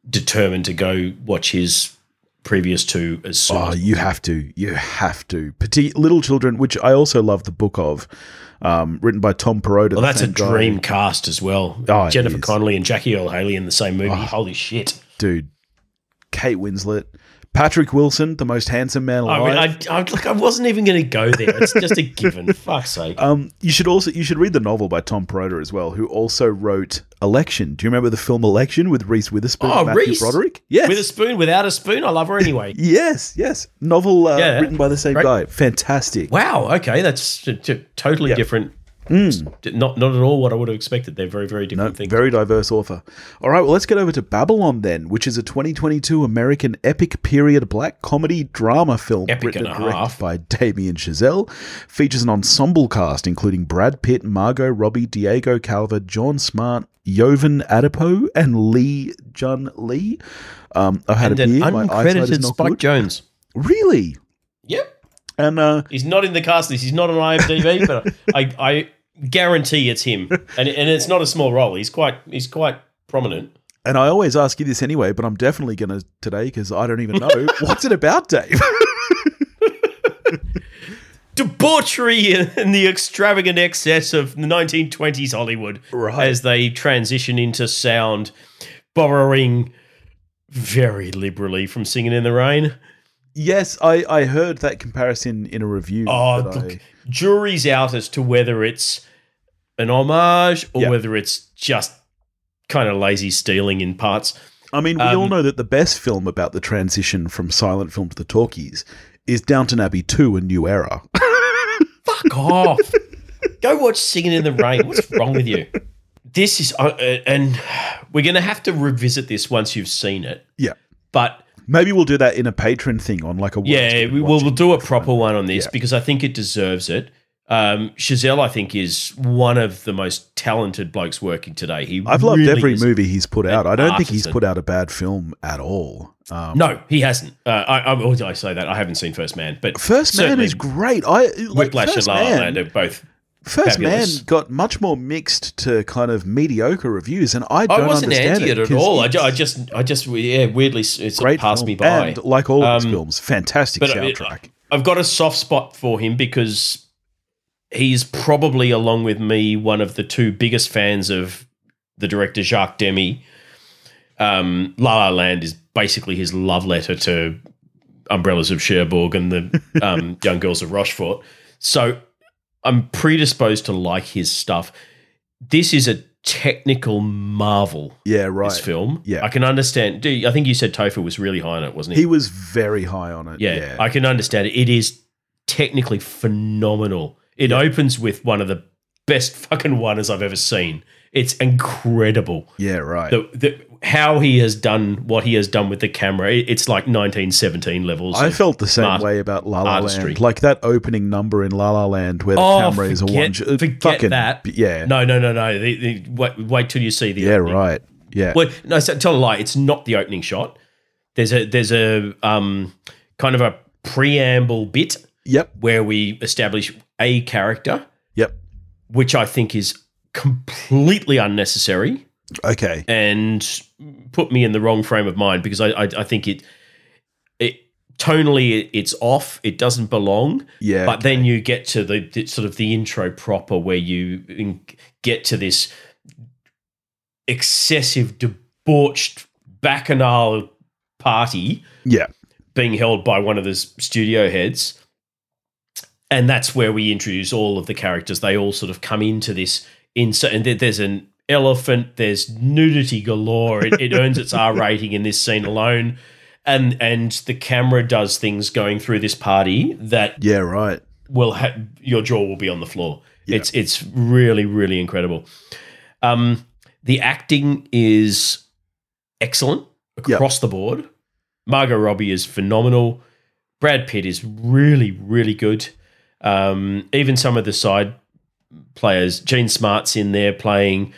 Speaker 2: determined to go watch his previous two as soon.
Speaker 1: Oh,
Speaker 2: as
Speaker 1: you have to. You have to. Petit Little Children, which I also love the book of, um, written by Tom Perrotta.
Speaker 2: well, that's a dream cast as well.
Speaker 1: Oh, it
Speaker 2: Jennifer
Speaker 1: is. Oh.
Speaker 2: Connelly and Jackie Earl Haley in the same movie. Holy shit!
Speaker 1: Dude, Kate Winslet. Patrick Wilson, the most handsome man
Speaker 2: I
Speaker 1: alive.
Speaker 2: mean, I, I, like, I wasn't even going to go there. It's just a given. Uh, Fuck's sake.
Speaker 1: um, you should also you should read the novel by Tom Perrotta as well, who also wrote Election. Do you remember the film Election with Reese Witherspoon
Speaker 2: Oh,
Speaker 1: and Matthew
Speaker 2: Reese.
Speaker 1: Broderick? Yes.
Speaker 2: With a spoon, without a spoon, I love her anyway.
Speaker 1: yes, yes. Novel uh,
Speaker 2: Yeah.
Speaker 1: written by the same
Speaker 2: Great.
Speaker 1: guy. Fantastic.
Speaker 2: Wow. Okay, that's t- t- totally different.
Speaker 1: Hmm.
Speaker 2: Not not at all what I would have expected. They're very very different things.
Speaker 1: Very diverse author. All right, well, let's get over to Babylon then, which is a 2022 American epic period black comedy drama film
Speaker 2: Epic
Speaker 1: written
Speaker 2: and a
Speaker 1: directed
Speaker 2: half.
Speaker 1: by Damien Chazelle. Features an ensemble cast including Brad Pitt, Margot Robbie, Diego Calva, John Smart, Jovan Adipo, and Lee Jun Lee. Um, I've had
Speaker 2: and
Speaker 1: a
Speaker 2: an
Speaker 1: beer. My eyesight is
Speaker 2: uncredited
Speaker 1: not
Speaker 2: Spike
Speaker 1: good.
Speaker 2: Jones.
Speaker 1: Really?
Speaker 2: Yep,
Speaker 1: And uh,
Speaker 2: he's not in the cast list. He's not on IMDb, but I, I guarantee it's him. And and it's not a small role. He's quite he's quite prominent.
Speaker 1: and I always ask you this anyway, but I'm definitely going to today because I don't even know what's it about, Dave.
Speaker 2: Debauchery and the extravagant excess of the 1920s Hollywood
Speaker 1: Right.
Speaker 2: as they transition into sound, borrowing very liberally from Singing in the Rain.
Speaker 1: Yes, I, I heard that comparison in a review.
Speaker 2: Oh,
Speaker 1: that
Speaker 2: look,
Speaker 1: I-
Speaker 2: jury's out as to whether it's an homage or
Speaker 1: Yeah.
Speaker 2: whether it's just kind of lazy stealing in parts.
Speaker 1: I, mean, we
Speaker 2: um,
Speaker 1: all know that the best film about the transition from silent film to the talkies is Downton Abbey 2 A New Era.
Speaker 2: Fuck off. Go watch Singing in the Rain. What's wrong with you? This is, uh, uh, and we're going to have to revisit this once you've seen it.
Speaker 1: yeah.
Speaker 2: But
Speaker 1: Maybe we'll do that in a patron thing on like a
Speaker 2: yeah,
Speaker 1: Wednesday
Speaker 2: we,
Speaker 1: watch.
Speaker 2: we'll, we'll do a proper one on this
Speaker 1: Yeah.
Speaker 2: because I think it deserves it. Um, Chazelle, I think, is one of the most talented blokes working today. He
Speaker 1: I've loved
Speaker 2: really
Speaker 1: every
Speaker 2: is
Speaker 1: movie he's put out. I don't think he's
Speaker 2: artisan.
Speaker 1: put out a bad film at all. Um,
Speaker 2: No, he hasn't. Uh, I, I, well, I say that I haven't seen First Man, but
Speaker 1: First Man
Speaker 2: certainly
Speaker 1: is great. I like,
Speaker 2: Whiplash and
Speaker 1: First
Speaker 2: La La
Speaker 1: Man-
Speaker 2: Land are both.
Speaker 1: First
Speaker 2: Fabulous.
Speaker 1: Man got much more mixed to kind of mediocre reviews, and I don't
Speaker 2: I wasn't
Speaker 1: understand
Speaker 2: anti it, at
Speaker 1: 'cause
Speaker 2: all. I,
Speaker 1: it's
Speaker 2: ju- I just, I just, yeah, weirdly, s- it's
Speaker 1: great
Speaker 2: passed
Speaker 1: film.
Speaker 2: me by.
Speaker 1: And like all of his
Speaker 2: Um,
Speaker 1: films, fantastic
Speaker 2: but I mean,
Speaker 1: soundtrack.
Speaker 2: I've got a soft spot for him because he's probably, along with me, one of the two biggest fans of the director Jacques Demy. Um, La La Land is basically his love letter to Umbrellas of Cherbourg and the um, Young Girls of Rochefort. So I'm predisposed to like his stuff. This is a technical marvel.
Speaker 1: Yeah, right.
Speaker 2: This film,
Speaker 1: Yeah.
Speaker 2: I can understand. do- I think you said Tofu was really high on it, wasn't he?
Speaker 1: He was very high on it.
Speaker 2: yeah,
Speaker 1: Yeah.
Speaker 2: I can understand it. It is technically phenomenal. It opens with one of the best fucking oneers I've ever seen. It's incredible
Speaker 1: yeah, right.
Speaker 2: the, the how he has done what he has done with the camera. It- It's like 1917 levels.
Speaker 1: I
Speaker 2: of-
Speaker 1: felt the same
Speaker 2: art-
Speaker 1: way about La La
Speaker 2: artistry.
Speaker 1: Land. Like that opening number in La La Land where the
Speaker 2: Oh,
Speaker 1: camera is a Uh,
Speaker 2: forget-
Speaker 1: one. shot-
Speaker 2: forget
Speaker 1: fucking-
Speaker 2: that.
Speaker 1: Yeah.
Speaker 2: no, no, no, no. The, the, wait, wait till you see the
Speaker 1: yeah, right. Yeah.
Speaker 2: Well, no, so, tell a lie. It's not the opening shot. There's a there's a um kind of a preamble bit
Speaker 1: Yep.
Speaker 2: where we establish a character,
Speaker 1: Yep.
Speaker 2: which I think is completely unnecessary.
Speaker 1: Okay.
Speaker 2: and put me in the wrong frame of mind because I I, I think it it tonally it- it's off. It doesn't belong.
Speaker 1: Yeah.
Speaker 2: But then you get to the, the sort of the intro proper where you in- get to this excessive debauched bacchanal party
Speaker 1: yeah.
Speaker 2: being held by one of the s- studio heads. And that's where we introduce all of the characters. They all sort of come into this insert, and there- there's an elephant. There's nudity galore. It, it earns its R rating in this scene alone, and and the camera does things going through this party that
Speaker 1: Yeah, right.
Speaker 2: will ha- your jaw will be on the floor. It's it's really really incredible. Um, the acting is excellent
Speaker 1: Yeah.
Speaker 2: across the board. Margot Robbie is phenomenal. Brad Pitt is really really good. Um, even some of the side players, Gene Smart's in there playing.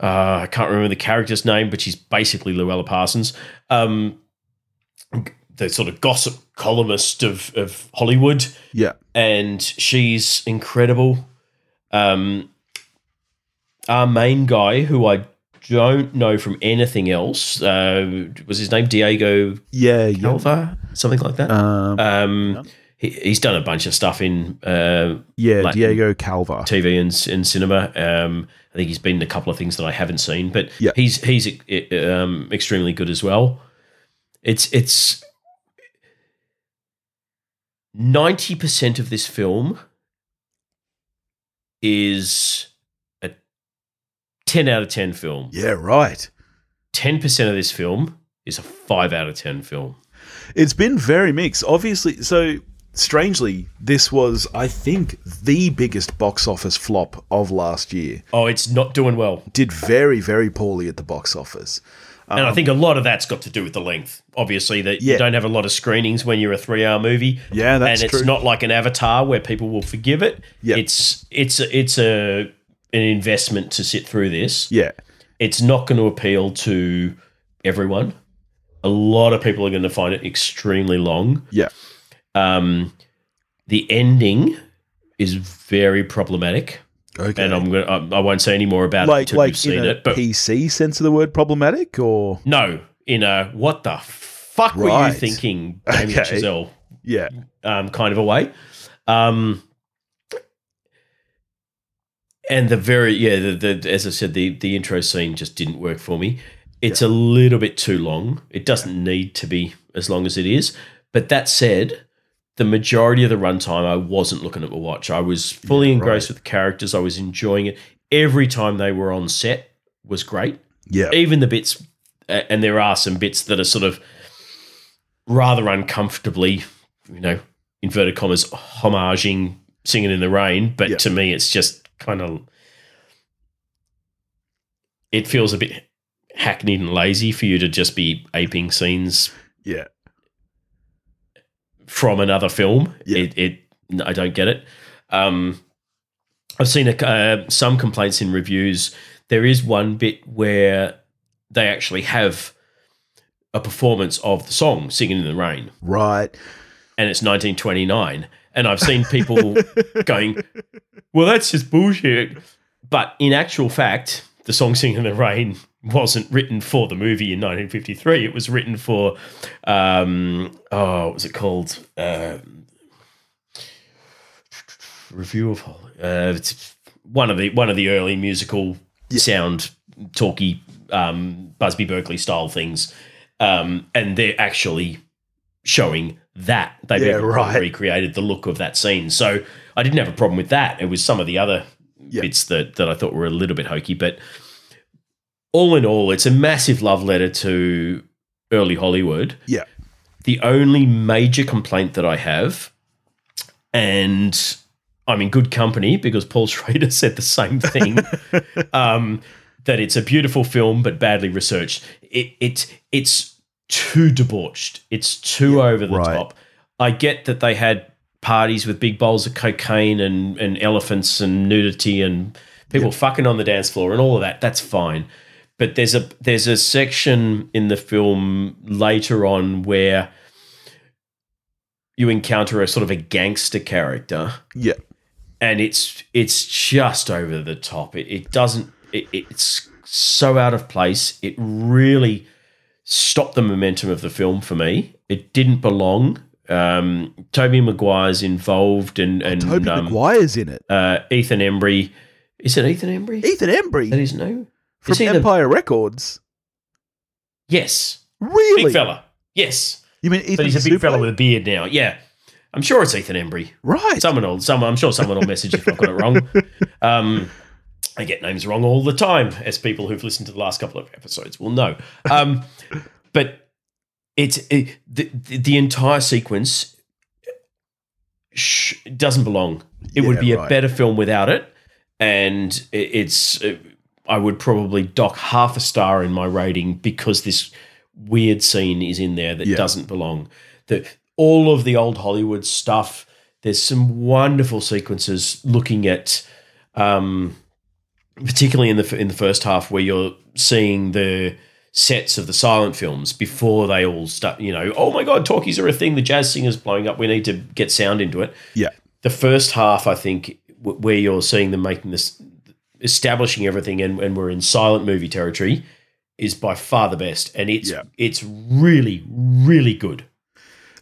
Speaker 2: Uh, I can't remember the character's name, but she's basically Luella Parsons. Um, the sort of gossip columnist of, of Hollywood
Speaker 1: Yeah.
Speaker 2: and she's incredible. Um, our main guy, who I don't know from anything else, uh, was his name Diego
Speaker 1: Yeah. Yeah.
Speaker 2: Calva, something like that.
Speaker 1: Um,
Speaker 2: um, he, he's done a bunch of stuff in uh,
Speaker 1: yeah.
Speaker 2: Latin.
Speaker 1: Diego Calva.
Speaker 2: TV and, and cinema. Um, I think he's been in a couple of things that I haven't seen, but
Speaker 1: Yeah.
Speaker 2: he's he's uh, um, extremely good as well. It's it's ninety percent of this film is a ten out of ten film.
Speaker 1: yeah, right.
Speaker 2: Ten percent of this film is a five out of ten film.
Speaker 1: It's been very mixed. Obviously, so strangely, this was, I think, the biggest box office flop of last year.
Speaker 2: Oh, it's not doing well,
Speaker 1: Did very, very poorly at the box office.
Speaker 2: and I think a lot of that's got to do with the length. Obviously, that
Speaker 1: Um, Yeah.
Speaker 2: you don't have a lot of screenings when you're a three-hour movie.
Speaker 1: Yeah, that's
Speaker 2: and it's
Speaker 1: true.
Speaker 2: not like an avatar where people will forgive it.
Speaker 1: Yeah.
Speaker 2: It's it's a, it's a an investment to sit through this.
Speaker 1: yeah.
Speaker 2: It's not going to appeal to everyone. A lot of people are going to find it extremely long.
Speaker 1: Yeah.
Speaker 2: Um, the ending is very problematic,
Speaker 1: Okay.
Speaker 2: and I'm gonna I, I won't say any more about it
Speaker 1: like,
Speaker 2: until
Speaker 1: like
Speaker 2: you've seen
Speaker 1: in a
Speaker 2: it. But
Speaker 1: PC sense of the word problematic, or
Speaker 2: no, in a what the fuck were you
Speaker 1: Right.
Speaker 2: thinking, Damien
Speaker 1: Okay.
Speaker 2: Chazelle?
Speaker 1: yeah,
Speaker 2: um, kind of a way. Um, and the very yeah, the, the as I said, the the intro scene just didn't work for me. It's a little bit too long. It doesn't need to be as long as it is. But that said, the majority of the runtime, I wasn't looking at my watch. I was fully engrossed with the characters. I was enjoying it. Every time they were on set was great
Speaker 1: yeah,
Speaker 2: even the bits, a- and there are some bits that are sort of rather uncomfortably, you know, inverted commas, homaging singing in the rain. But
Speaker 1: Yeah.
Speaker 2: to me, it's just kind of, it feels a bit hackneyed and lazy for you to just be aping scenes
Speaker 1: yeah,
Speaker 2: from another film.
Speaker 1: Yeah.
Speaker 2: It, it no, I don't get it. Um, I've seen a, uh, some complaints in reviews. There is one bit where they actually have a performance of the song "Singing in the Rain,"
Speaker 1: right,
Speaker 2: and it's 1929. And I've seen people going, "Well, that's just bullshit." But in actual fact, the song "Singing in the Rain" wasn't written for the movie in 1953. It was written for, um, oh, what was it called? Uh, Review of Holly. Uh, it's one of the one of the early musical sound talky um, Busby Berkeley style things, um, and they're actually showing that they've
Speaker 1: Yeah,
Speaker 2: even
Speaker 1: right.
Speaker 2: recreated the look of that scene. So I didn't have a problem with that. It was some of the other
Speaker 1: Yeah.
Speaker 2: bits that that I thought were a little bit hokey, but all in all, it's a massive love letter to early Hollywood.
Speaker 1: Yeah.
Speaker 2: The only major complaint that I have, and I'm in good company because Paul Schrader said the same thing, um, that it's a beautiful film but badly researched. It it it's too debauched. It's too over the
Speaker 1: right.
Speaker 2: top. I get that they had parties with big bowls of cocaine and and elephants and nudity and people fucking on the dance floor and all of that. That's fine. But there's a there's a section in the film later on where you encounter a sort of a gangster character
Speaker 1: Yeah.
Speaker 2: and it's it's just over the top. It it doesn't. It, it's so out of place. It really stopped the momentum of the film for me. It didn't belong. Um, Toby Maguire's involved and and
Speaker 1: Toby
Speaker 2: um,
Speaker 1: McGuire's in it.
Speaker 2: uh, Ethan Embry. Is it Ethan Embry? Is
Speaker 1: Ethan
Speaker 2: that
Speaker 1: Embry
Speaker 2: his name?
Speaker 1: from
Speaker 2: he the-
Speaker 1: Empire Records.
Speaker 2: Yes,
Speaker 1: Really?
Speaker 2: big fella. Yes,
Speaker 1: You mean Ethan
Speaker 2: but he's a big
Speaker 1: Suplee?
Speaker 2: fella with a beard now. Yeah, I'm sure it's Ethan Embry.
Speaker 1: Right.
Speaker 2: Someone will. Someone. I'm sure someone will message if I got it wrong. Um, I get names wrong all the time, as people who've listened to the last couple of episodes will know. Um, but it's it, the the the entire sequence sh- doesn't belong. It would
Speaker 1: Yeah,
Speaker 2: be a
Speaker 1: right.
Speaker 2: better film without it, and i it's. uh I would probably dock half a star in my rating because this weird scene is in there that
Speaker 1: Yeah.
Speaker 2: doesn't belong. The, all of the old Hollywood stuff. There's some wonderful sequences looking at, um, particularly in the f- in the first half where you're seeing the sets of the silent films before they all start. You know, oh my god, talkies are a thing. The jazz singer's blowing up. We need to get sound into it.
Speaker 1: Yeah.
Speaker 2: The first half, I think, w- where you're seeing them making this, establishing everything, and, and we're in silent movie territory, is by far the best, and it's
Speaker 1: Yeah.
Speaker 2: it's really really good.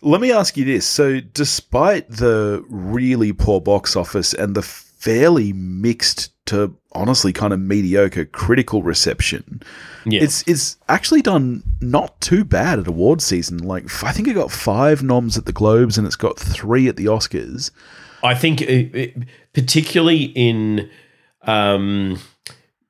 Speaker 1: Let me ask you this. So, despite the really poor box office and the fairly mixed to honestly kind of mediocre critical reception,
Speaker 2: Yeah.
Speaker 1: it's it's actually done not too bad at award season. Like, f- I think it got five noms at the Globes and it's got three at the Oscars.
Speaker 2: I think, it, it, particularly in um,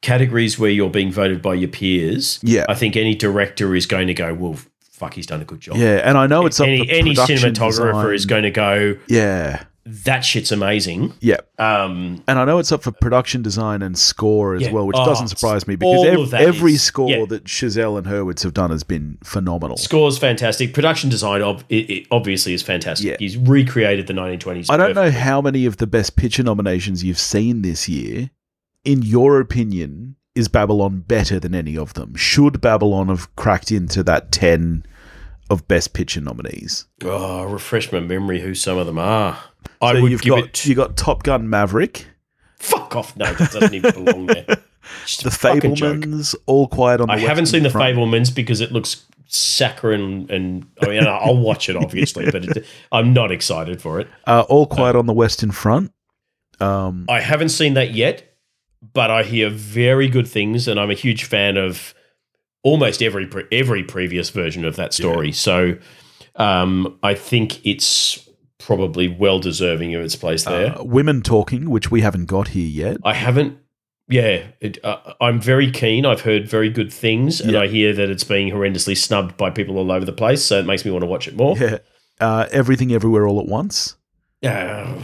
Speaker 2: categories where you're being voted by your peers,
Speaker 1: Yeah.
Speaker 2: I think any director is going to go, "Well, fuck, he's done a good job."
Speaker 1: Yeah, and I know it's up
Speaker 2: any
Speaker 1: for
Speaker 2: any
Speaker 1: production
Speaker 2: cinematographer
Speaker 1: design.
Speaker 2: is going to go,
Speaker 1: Yeah,
Speaker 2: "That shit's amazing."
Speaker 1: yeah,
Speaker 2: Um,
Speaker 1: and I know it's up for production design and score as
Speaker 2: Yeah.
Speaker 1: well, which
Speaker 2: Oh,
Speaker 1: doesn't surprise me because
Speaker 2: all
Speaker 1: ev-
Speaker 2: of that
Speaker 1: every
Speaker 2: is-
Speaker 1: score
Speaker 2: yeah.
Speaker 1: that Chazelle and Hurwitz have done has been phenomenal.
Speaker 2: score's fantastic. Production design, ob- it, it obviously, is fantastic.
Speaker 1: Yeah.
Speaker 2: He's recreated the 1920s.
Speaker 1: I don't know how many of the best picture nominations you've seen this year. In your opinion, is Babylon better than any of them? Should Babylon have cracked into that 10 of best picture nominees?
Speaker 2: know. Oh, refresh my memory who some of them are. I
Speaker 1: So
Speaker 2: would
Speaker 1: you've
Speaker 2: give
Speaker 1: got
Speaker 2: it.
Speaker 1: you got Top Gun Maverick,
Speaker 2: fuck off! No, that doesn't even belong there. Just
Speaker 1: The
Speaker 2: a fucking joke.
Speaker 1: Fablemans, All Quiet on the
Speaker 2: I haven't seen the
Speaker 1: Front.
Speaker 2: Fablemans because it looks saccharine, and I mean, I'll watch it obviously, but it, I'm not excited for it.
Speaker 1: Uh, All Quiet on the Western Front. Um,
Speaker 2: I haven't seen that yet, but I hear very good things, and I'm a huge fan of almost every pre- every previous version of that story. So, um, I think it's probably well deserving of its place there.
Speaker 1: uh, Women Talking, which we haven't got here yet.
Speaker 2: I haven't. Yeah, it, uh, I'm very keen. I've heard very good things, and
Speaker 1: Yeah.
Speaker 2: I hear that it's being horrendously snubbed by people all over the place. So it makes me want to watch it more.
Speaker 1: Yeah. Uh, Everything Everywhere All at Once.
Speaker 2: Uh,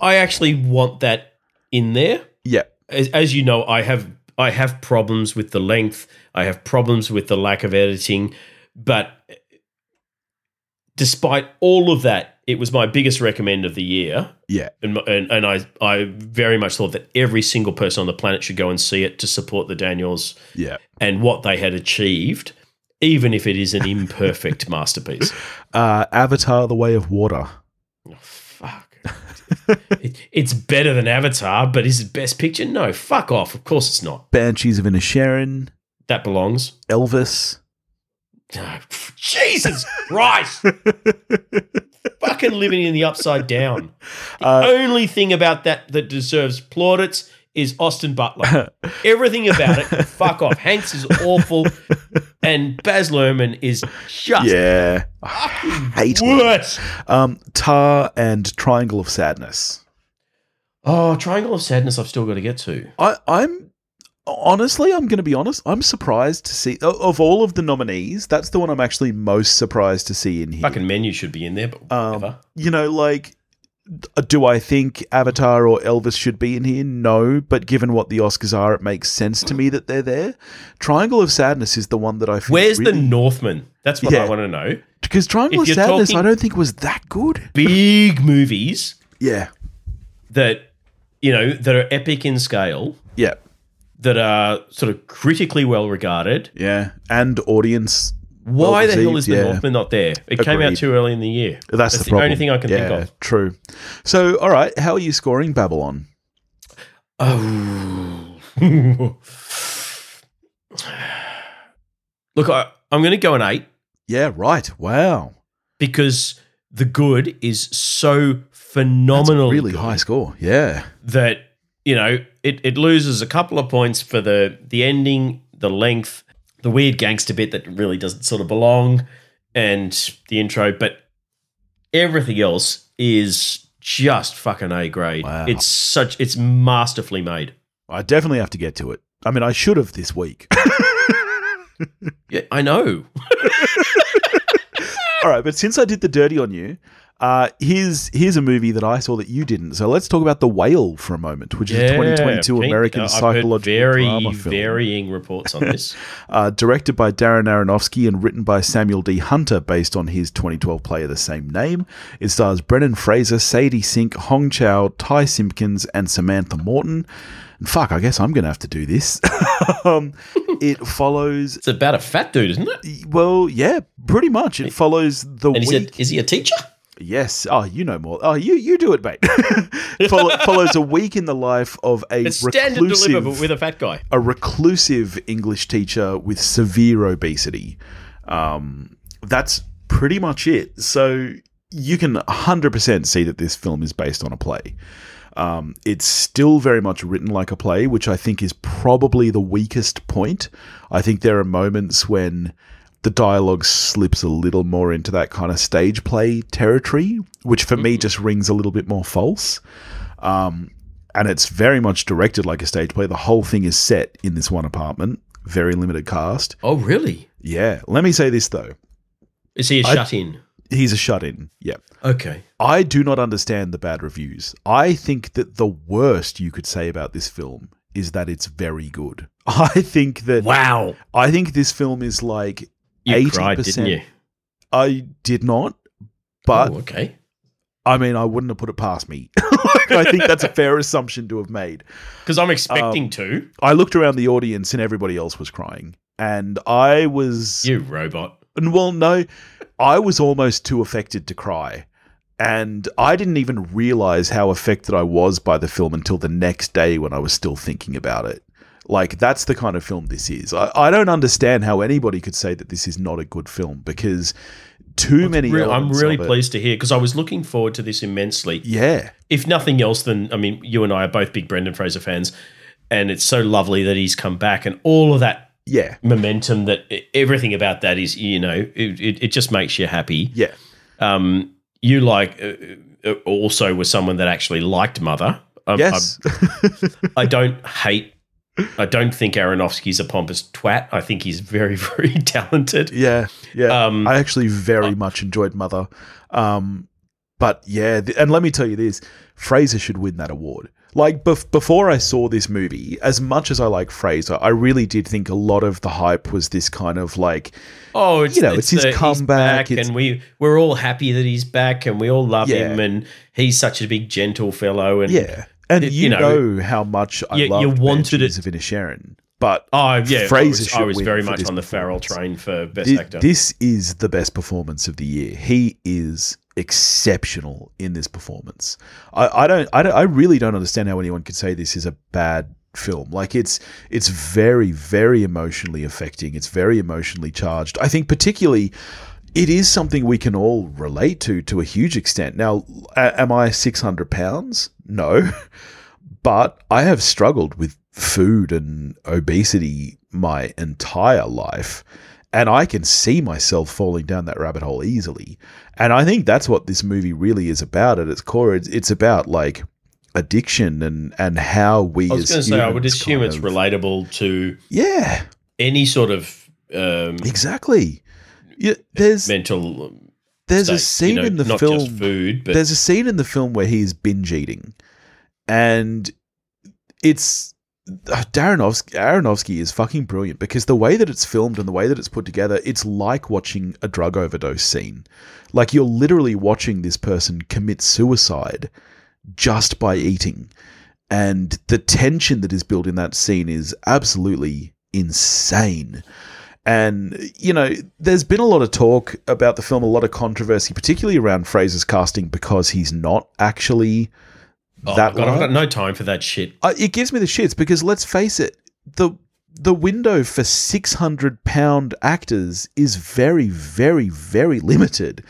Speaker 2: I actually want that in there.
Speaker 1: Yeah.
Speaker 2: As, as you know, I have I have problems with the length. I have problems with the lack of editing, but despite all of that, it was my biggest recommend of the year.
Speaker 1: Yeah.
Speaker 2: And, my- and, and I, I very much thought that every single person on the planet should go and see it to support the Daniels
Speaker 1: Yeah.
Speaker 2: and what they had achieved, even if it is an imperfect masterpiece.
Speaker 1: Uh, Avatar: The Way of Water.
Speaker 2: Oh, fuck. it, it's better than Avatar, but is it Best Picture? No, fuck off. Of course it's not.
Speaker 1: Banshees of Inisherin,
Speaker 2: That belongs.
Speaker 1: Elvis.
Speaker 2: No, Jesus Christ! Fucking living in the upside down. The
Speaker 1: Uh,
Speaker 2: only thing about that that deserves plaudits is Austin Butler. Everything about it, fuck off. Hanks is awful, and Baz Luhrmann is just
Speaker 1: yeah, I hate it.
Speaker 2: worse.
Speaker 1: Um, Tar and Triangle of Sadness.
Speaker 2: Oh, Triangle of Sadness. I've still got to get to.
Speaker 1: I, I'm honestly, I'm going to be honest. I'm surprised to see o- of all of the nominees, that's the one I'm actually most surprised to see in here.
Speaker 2: Fucking menu should be in there, but
Speaker 1: Um,
Speaker 2: whatever.
Speaker 1: you know, like, d- do I think Avatar or Elvis should be in here? No, but given what the Oscars are, it makes sense to me that they're there. Triangle of Sadness is the one that I feel
Speaker 2: Where's the
Speaker 1: really-
Speaker 2: Northman? That's what
Speaker 1: Yeah.
Speaker 2: I want to know.
Speaker 1: because Triangle of
Speaker 2: if you're
Speaker 1: Sadness I
Speaker 2: talking-
Speaker 1: don't think was that good.
Speaker 2: Big movies
Speaker 1: Yeah,
Speaker 2: that you know that are epic in scale,
Speaker 1: yeah,
Speaker 2: that are sort of critically well regarded.
Speaker 1: yeah, and audience.
Speaker 2: Why the hell
Speaker 1: received,
Speaker 2: is the
Speaker 1: yeah.
Speaker 2: Northman not there? It came out
Speaker 1: Agreed.
Speaker 2: too early in the year.
Speaker 1: That's,
Speaker 2: That's
Speaker 1: the
Speaker 2: the
Speaker 1: problem.
Speaker 2: only thing I can think
Speaker 1: Yeah,
Speaker 2: of.
Speaker 1: True. So, all right, how are you scoring Babylon?
Speaker 2: Oh. Look, I, I'm going to go an eight
Speaker 1: Yeah, right. Wow.
Speaker 2: because the good is so
Speaker 1: That's a
Speaker 2: phenomenal
Speaker 1: really high score. Yeah.
Speaker 2: that you know it, it loses a couple of points for the the ending, the length, the weird gangster bit that really doesn't sort of belong, and the intro. But everything else is just fucking A grade.
Speaker 1: Wow.
Speaker 2: It's such it's masterfully made.
Speaker 1: I definitely have to get to it. I mean, I should have this week.
Speaker 2: Yeah, I know.
Speaker 1: All right, but since I did the dirty on you, uh, here's here's a movie that I saw that you didn't. So let's talk about The Whale for a moment, which is a 2022
Speaker 2: Pete,
Speaker 1: American
Speaker 2: uh, I've heard
Speaker 1: psychological
Speaker 2: very
Speaker 1: drama film,
Speaker 2: varying reports on this.
Speaker 1: uh, directed by Darren Aronofsky and written by Samuel D. Hunter, based on his 2012 play of the same name. It stars Brennan Fraser, Sadie Sink, Hong Chow, Ty Simpkins, and Samantha Morton. And fuck, I guess I'm gonna have to do this. um, it follows.
Speaker 2: it's about a fat dude, isn't it?
Speaker 1: Well, yeah, pretty much. It follows the
Speaker 2: And he
Speaker 1: week.
Speaker 2: said, "Is he a teacher?"
Speaker 1: Yes. Oh, you know more. Oh, you you do it, mate. Follow, follows a week in the life of a
Speaker 2: It's standard
Speaker 1: reclusive,
Speaker 2: deliverable with a fat guy.
Speaker 1: a reclusive English teacher with severe obesity. Um, that's pretty much it. So you can 100% see that this film is based on a play. Um, it's still very much written like a play, which I think is probably the weakest point. I think there are moments when the dialogue slips a little more into that kind of stage play territory, which for me just rings a little bit more false. Um, and it's very much directed like a stage play. The whole thing is set in this one apartment, very limited cast.
Speaker 2: Oh, really?
Speaker 1: Yeah. Let me say this though
Speaker 2: Is he a
Speaker 1: I-
Speaker 2: shut in?
Speaker 1: he's a shut in. Yeah.
Speaker 2: Okay.
Speaker 1: I do not understand the bad reviews. I think that the worst you could say about this film is that it's very good. I think that
Speaker 2: Wow.
Speaker 1: I think this film is like
Speaker 2: You cried, didn't
Speaker 1: 80%.
Speaker 2: you?
Speaker 1: I did not, but
Speaker 2: oh, okay.
Speaker 1: I mean I wouldn't have put it past me. like, I think that's a fair assumption to have made.
Speaker 2: Because I'm expecting
Speaker 1: Um,
Speaker 2: to.
Speaker 1: I looked around the audience and everybody else was crying. And I was
Speaker 2: You robot.
Speaker 1: And well, no, I was almost too affected to cry. And I didn't even realize how affected I was by the film until the next day when I was still thinking about it. Like, that's the kind of film this is. I, I don't understand how anybody could say that this is not a good film because too many.
Speaker 2: Re- I'm
Speaker 1: elements
Speaker 2: really
Speaker 1: of it-
Speaker 2: pleased to hear because I was looking forward to this immensely.
Speaker 1: Yeah.
Speaker 2: if nothing else than I mean, you and I are both big Brendan Fraser fans, and it's so lovely that he's come back and all of that
Speaker 1: Yeah.
Speaker 2: momentum that e, everything about that is you know it, it, it just makes you happy.
Speaker 1: Yeah.
Speaker 2: Um, you like uh, uh, also was someone that actually liked Mother. Um,
Speaker 1: yes.
Speaker 2: I, I don't hate. I don't think Aronofsky's a pompous twat. I think he's very very talented.
Speaker 1: yeah. Yeah.
Speaker 2: Um,
Speaker 1: I actually very much enjoyed Mother. Um, but yeah, th- and let me tell you this Fraser should win that award. Like bef- before I saw this movie, as much as I like Fraser, I really did think a lot of the hype was this kind of like,
Speaker 2: Oh, it's,
Speaker 1: You know, it's his
Speaker 2: the- he's
Speaker 1: comeback,
Speaker 2: back
Speaker 1: it's-
Speaker 2: and we we're all happy that he's back, and we all love
Speaker 1: Yeah.
Speaker 2: him, and he's such a big gentle fellow, and
Speaker 1: yeah. And
Speaker 2: It-
Speaker 1: you,
Speaker 2: you
Speaker 1: know,
Speaker 2: know,
Speaker 1: how much I
Speaker 2: you-
Speaker 1: love
Speaker 2: you wanted
Speaker 1: Banshees of Inisherin, but
Speaker 2: Oh yeah,
Speaker 1: Fraser
Speaker 2: I was, I
Speaker 1: should
Speaker 2: was
Speaker 1: win
Speaker 2: very
Speaker 1: for
Speaker 2: much
Speaker 1: this
Speaker 2: on the Farrell
Speaker 1: performance.
Speaker 2: train for best
Speaker 1: thi-
Speaker 2: actor.
Speaker 1: this is the best performance of the year. He is exceptional in this performance. I, I don't I don't I really don't understand how anyone could say this is a bad film. Like it's it's very very emotionally affecting. It's very emotionally charged. I think particularly it is something we can all relate to to a huge extent. Now, a- am I 600 pounds? No. but I have struggled with food and obesity my entire life. And I can see myself falling down that rabbit hole easily. And I think that's what this movie really is about at its core. It's, it's about like addiction and and how we.
Speaker 2: I was going to say, I would assume it's
Speaker 1: related.
Speaker 2: relatable to
Speaker 1: Yeah,
Speaker 2: any sort of um,
Speaker 1: exactly. Yeah, there's
Speaker 2: mental.
Speaker 1: there's a
Speaker 2: state, you
Speaker 1: scene
Speaker 2: know,
Speaker 1: in the
Speaker 2: not
Speaker 1: film.
Speaker 2: just food, but
Speaker 1: there's a scene in the film where he is binge eating, and it's uh, Darrenovsky, Aronofsky is fucking brilliant because the way that it's filmed and the way that it's put together, it's like watching a drug overdose scene. Like you're literally watching this person commit suicide just by eating, and the tension that is built in that scene is absolutely insane. And, you know, there's been a lot of talk about the film, a lot of controversy, particularly around Fraser's casting because he's not actually
Speaker 2: oh my
Speaker 1: that
Speaker 2: God, I've
Speaker 1: right.
Speaker 2: got no time for that shit.
Speaker 1: I, it gives me the shits because let's face it, the the window for six hundred pound actors is very, very, very limited,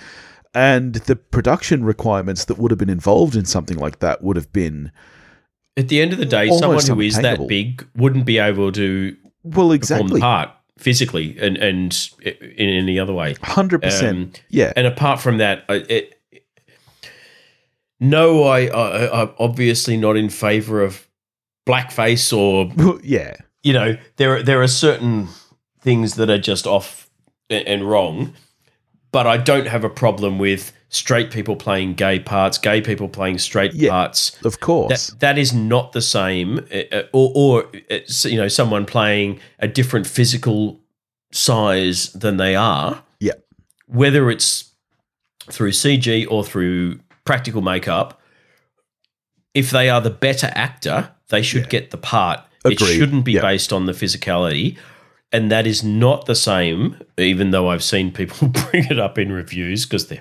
Speaker 1: and the production requirements that would have been involved in something like that would have been
Speaker 2: At the end of the day,
Speaker 1: Almost
Speaker 2: someone who is that
Speaker 1: unobtainable.
Speaker 2: big wouldn't be able to
Speaker 1: well,
Speaker 2: perform the
Speaker 1: exactly
Speaker 2: part physically and and in any other way.
Speaker 1: hundred
Speaker 2: Um,
Speaker 1: percent. Yeah,
Speaker 2: And apart from that, I, it, no, I, I I'm obviously not in favor of blackface or
Speaker 1: yeah,
Speaker 2: you know there are- there are certain things that are just off a- and wrong, but I don't have a problem with straight people playing gay parts, gay people playing straight
Speaker 1: Yeah.
Speaker 2: parts.
Speaker 1: of course.
Speaker 2: That, that is not the same, uh, uh, or, or it's, you know, someone playing a different physical size than they are.
Speaker 1: Yeah.
Speaker 2: Whether it's through CG or through practical makeup, if they are the better actor, they should get the part. It
Speaker 1: Agreed.
Speaker 2: shouldn't be
Speaker 1: Yeah.
Speaker 2: based on the physicality. And that is not the same, even though I've seen people bring it up in reviews because they're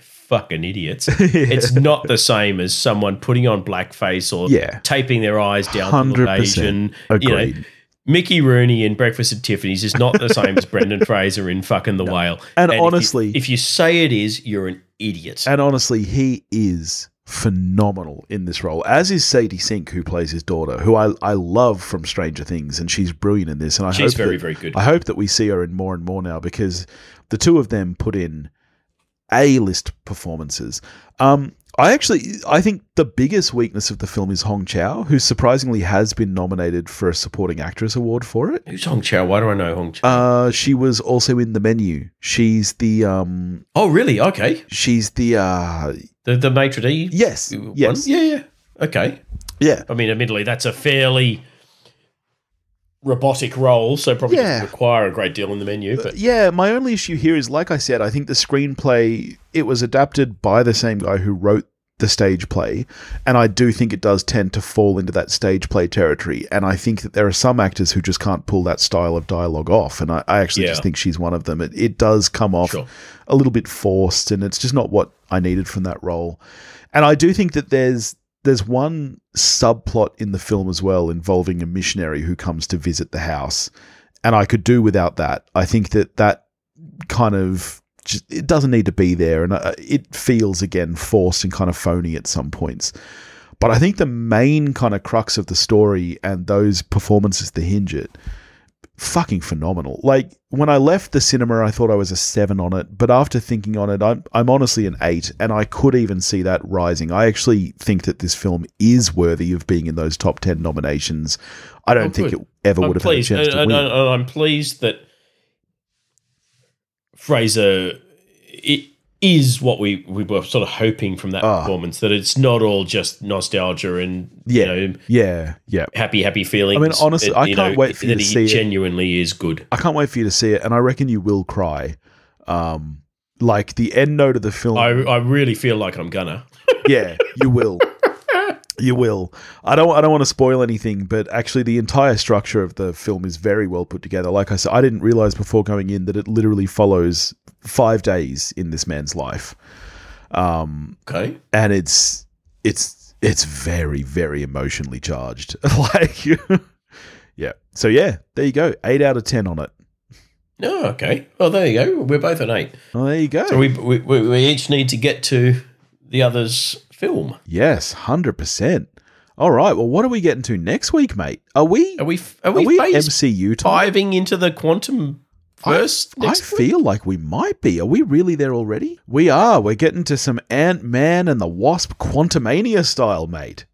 Speaker 2: fucking idiots it's not the same as someone putting on blackface or
Speaker 1: Yeah.
Speaker 2: taping their eyes down to
Speaker 1: 100%
Speaker 2: evasion. You know,
Speaker 1: Agreed.
Speaker 2: Mickey Rooney in Breakfast at Tiffany's is not the same as Brendan Fraser in fucking The Whale.
Speaker 1: And
Speaker 2: if you-
Speaker 1: honestly-
Speaker 2: if you, say it is, you're an idiot.
Speaker 1: And honestly, he is phenomenal in this role, as is Sadie Sink, who plays his daughter, who I, I love from Stranger Things, and she's brilliant in this. And I
Speaker 2: She's
Speaker 1: hope
Speaker 2: very,
Speaker 1: that,
Speaker 2: very good.
Speaker 1: I hope that we see her in more and more now because the two of them put in A list performances. Um, I actually I think the biggest weakness of the film is Hong Chow, who surprisingly has been nominated for a supporting actress award for it.
Speaker 2: Who's Hong Chow? Why do I know Hong Chow?
Speaker 1: Uh, she was also in the menu. She's the um,
Speaker 2: oh, really? Okay.
Speaker 1: she's the uh,
Speaker 2: The, the maitre d'
Speaker 1: yes,
Speaker 2: one?
Speaker 1: yes,
Speaker 2: Yeah, yeah. Okay.
Speaker 1: yeah.
Speaker 2: I mean, admittedly, that's a fairly robotic role, so probably
Speaker 1: Yeah.
Speaker 2: doesn't require a great deal in the menu. But
Speaker 1: Yeah, my only issue here is, like I said, I think the screenplay it was adapted by the same guy who wrote the stage play, and I do think it does tend to fall into that stage play territory. And I think that there are some actors who just can't pull that style of dialogue off, and I, I actually
Speaker 2: Yeah.
Speaker 1: just think she's one of them. It, it does come off
Speaker 2: Sure.
Speaker 1: a little bit forced, and it's just not what I needed from that role. And I do think that there's there's one subplot in the film as well involving a missionary who comes to visit the house and I could do without that. I think that that kind of just, it doesn't need to be there, and uh, it feels again forced and kind of phony at some points. But I think the main kind of crux of the story and those performances that hinge it, fucking phenomenal. Like when I left the cinema, I thought I was a seven on it, but after thinking on it, I'm I'm honestly an eight, and I could even see that rising. I actually think that this film is worthy of being in those top ten nominations. I don't think
Speaker 2: good. Oh,
Speaker 1: it ever
Speaker 2: I'm
Speaker 1: would have
Speaker 2: pleased,
Speaker 1: had a chance to
Speaker 2: and,
Speaker 1: win.
Speaker 2: and- and I'm pleased that Fraser it is what we, we were sort of hoping from that
Speaker 1: Ah.
Speaker 2: performance that it's not all just nostalgia and
Speaker 1: Yeah.
Speaker 2: you know
Speaker 1: Yeah, yeah.
Speaker 2: happy happy feelings.
Speaker 1: I mean, honestly,
Speaker 2: That,
Speaker 1: I
Speaker 2: you
Speaker 1: can't wait for you
Speaker 2: that
Speaker 1: to
Speaker 2: he
Speaker 1: see it.
Speaker 2: genuinely is good.
Speaker 1: I can't wait for you to see it, and I reckon you will cry. Um, like the end note of the film,
Speaker 2: I, I really feel like I'm gonna.
Speaker 1: yeah, you will, you will. I don't, I don't want to spoil anything, but actually, the entire structure of the film is very well put together. Like I said, I didn't realize before going in that it literally follows five days in this man's life,
Speaker 2: Okay,
Speaker 1: and it's, it's, it's very, very emotionally charged. like, yeah. So yeah, there you go. Eight out of ten on it.
Speaker 2: no, okay. Well, there you go. We're both an eight.
Speaker 1: Well, there you go.
Speaker 2: So we we, we we each need to get to the other's film.
Speaker 1: Yes, hundred percent. All right. Well, what are we getting to next week, mate? Are we
Speaker 2: Are
Speaker 1: are
Speaker 2: we f- are
Speaker 1: we,
Speaker 2: we, phase
Speaker 1: MCU time?
Speaker 2: diving into the quantum first?
Speaker 1: I feel like we might be. Are we really there already? We are. We're getting to some Ant Man and the Wasp Quantumania style, mate.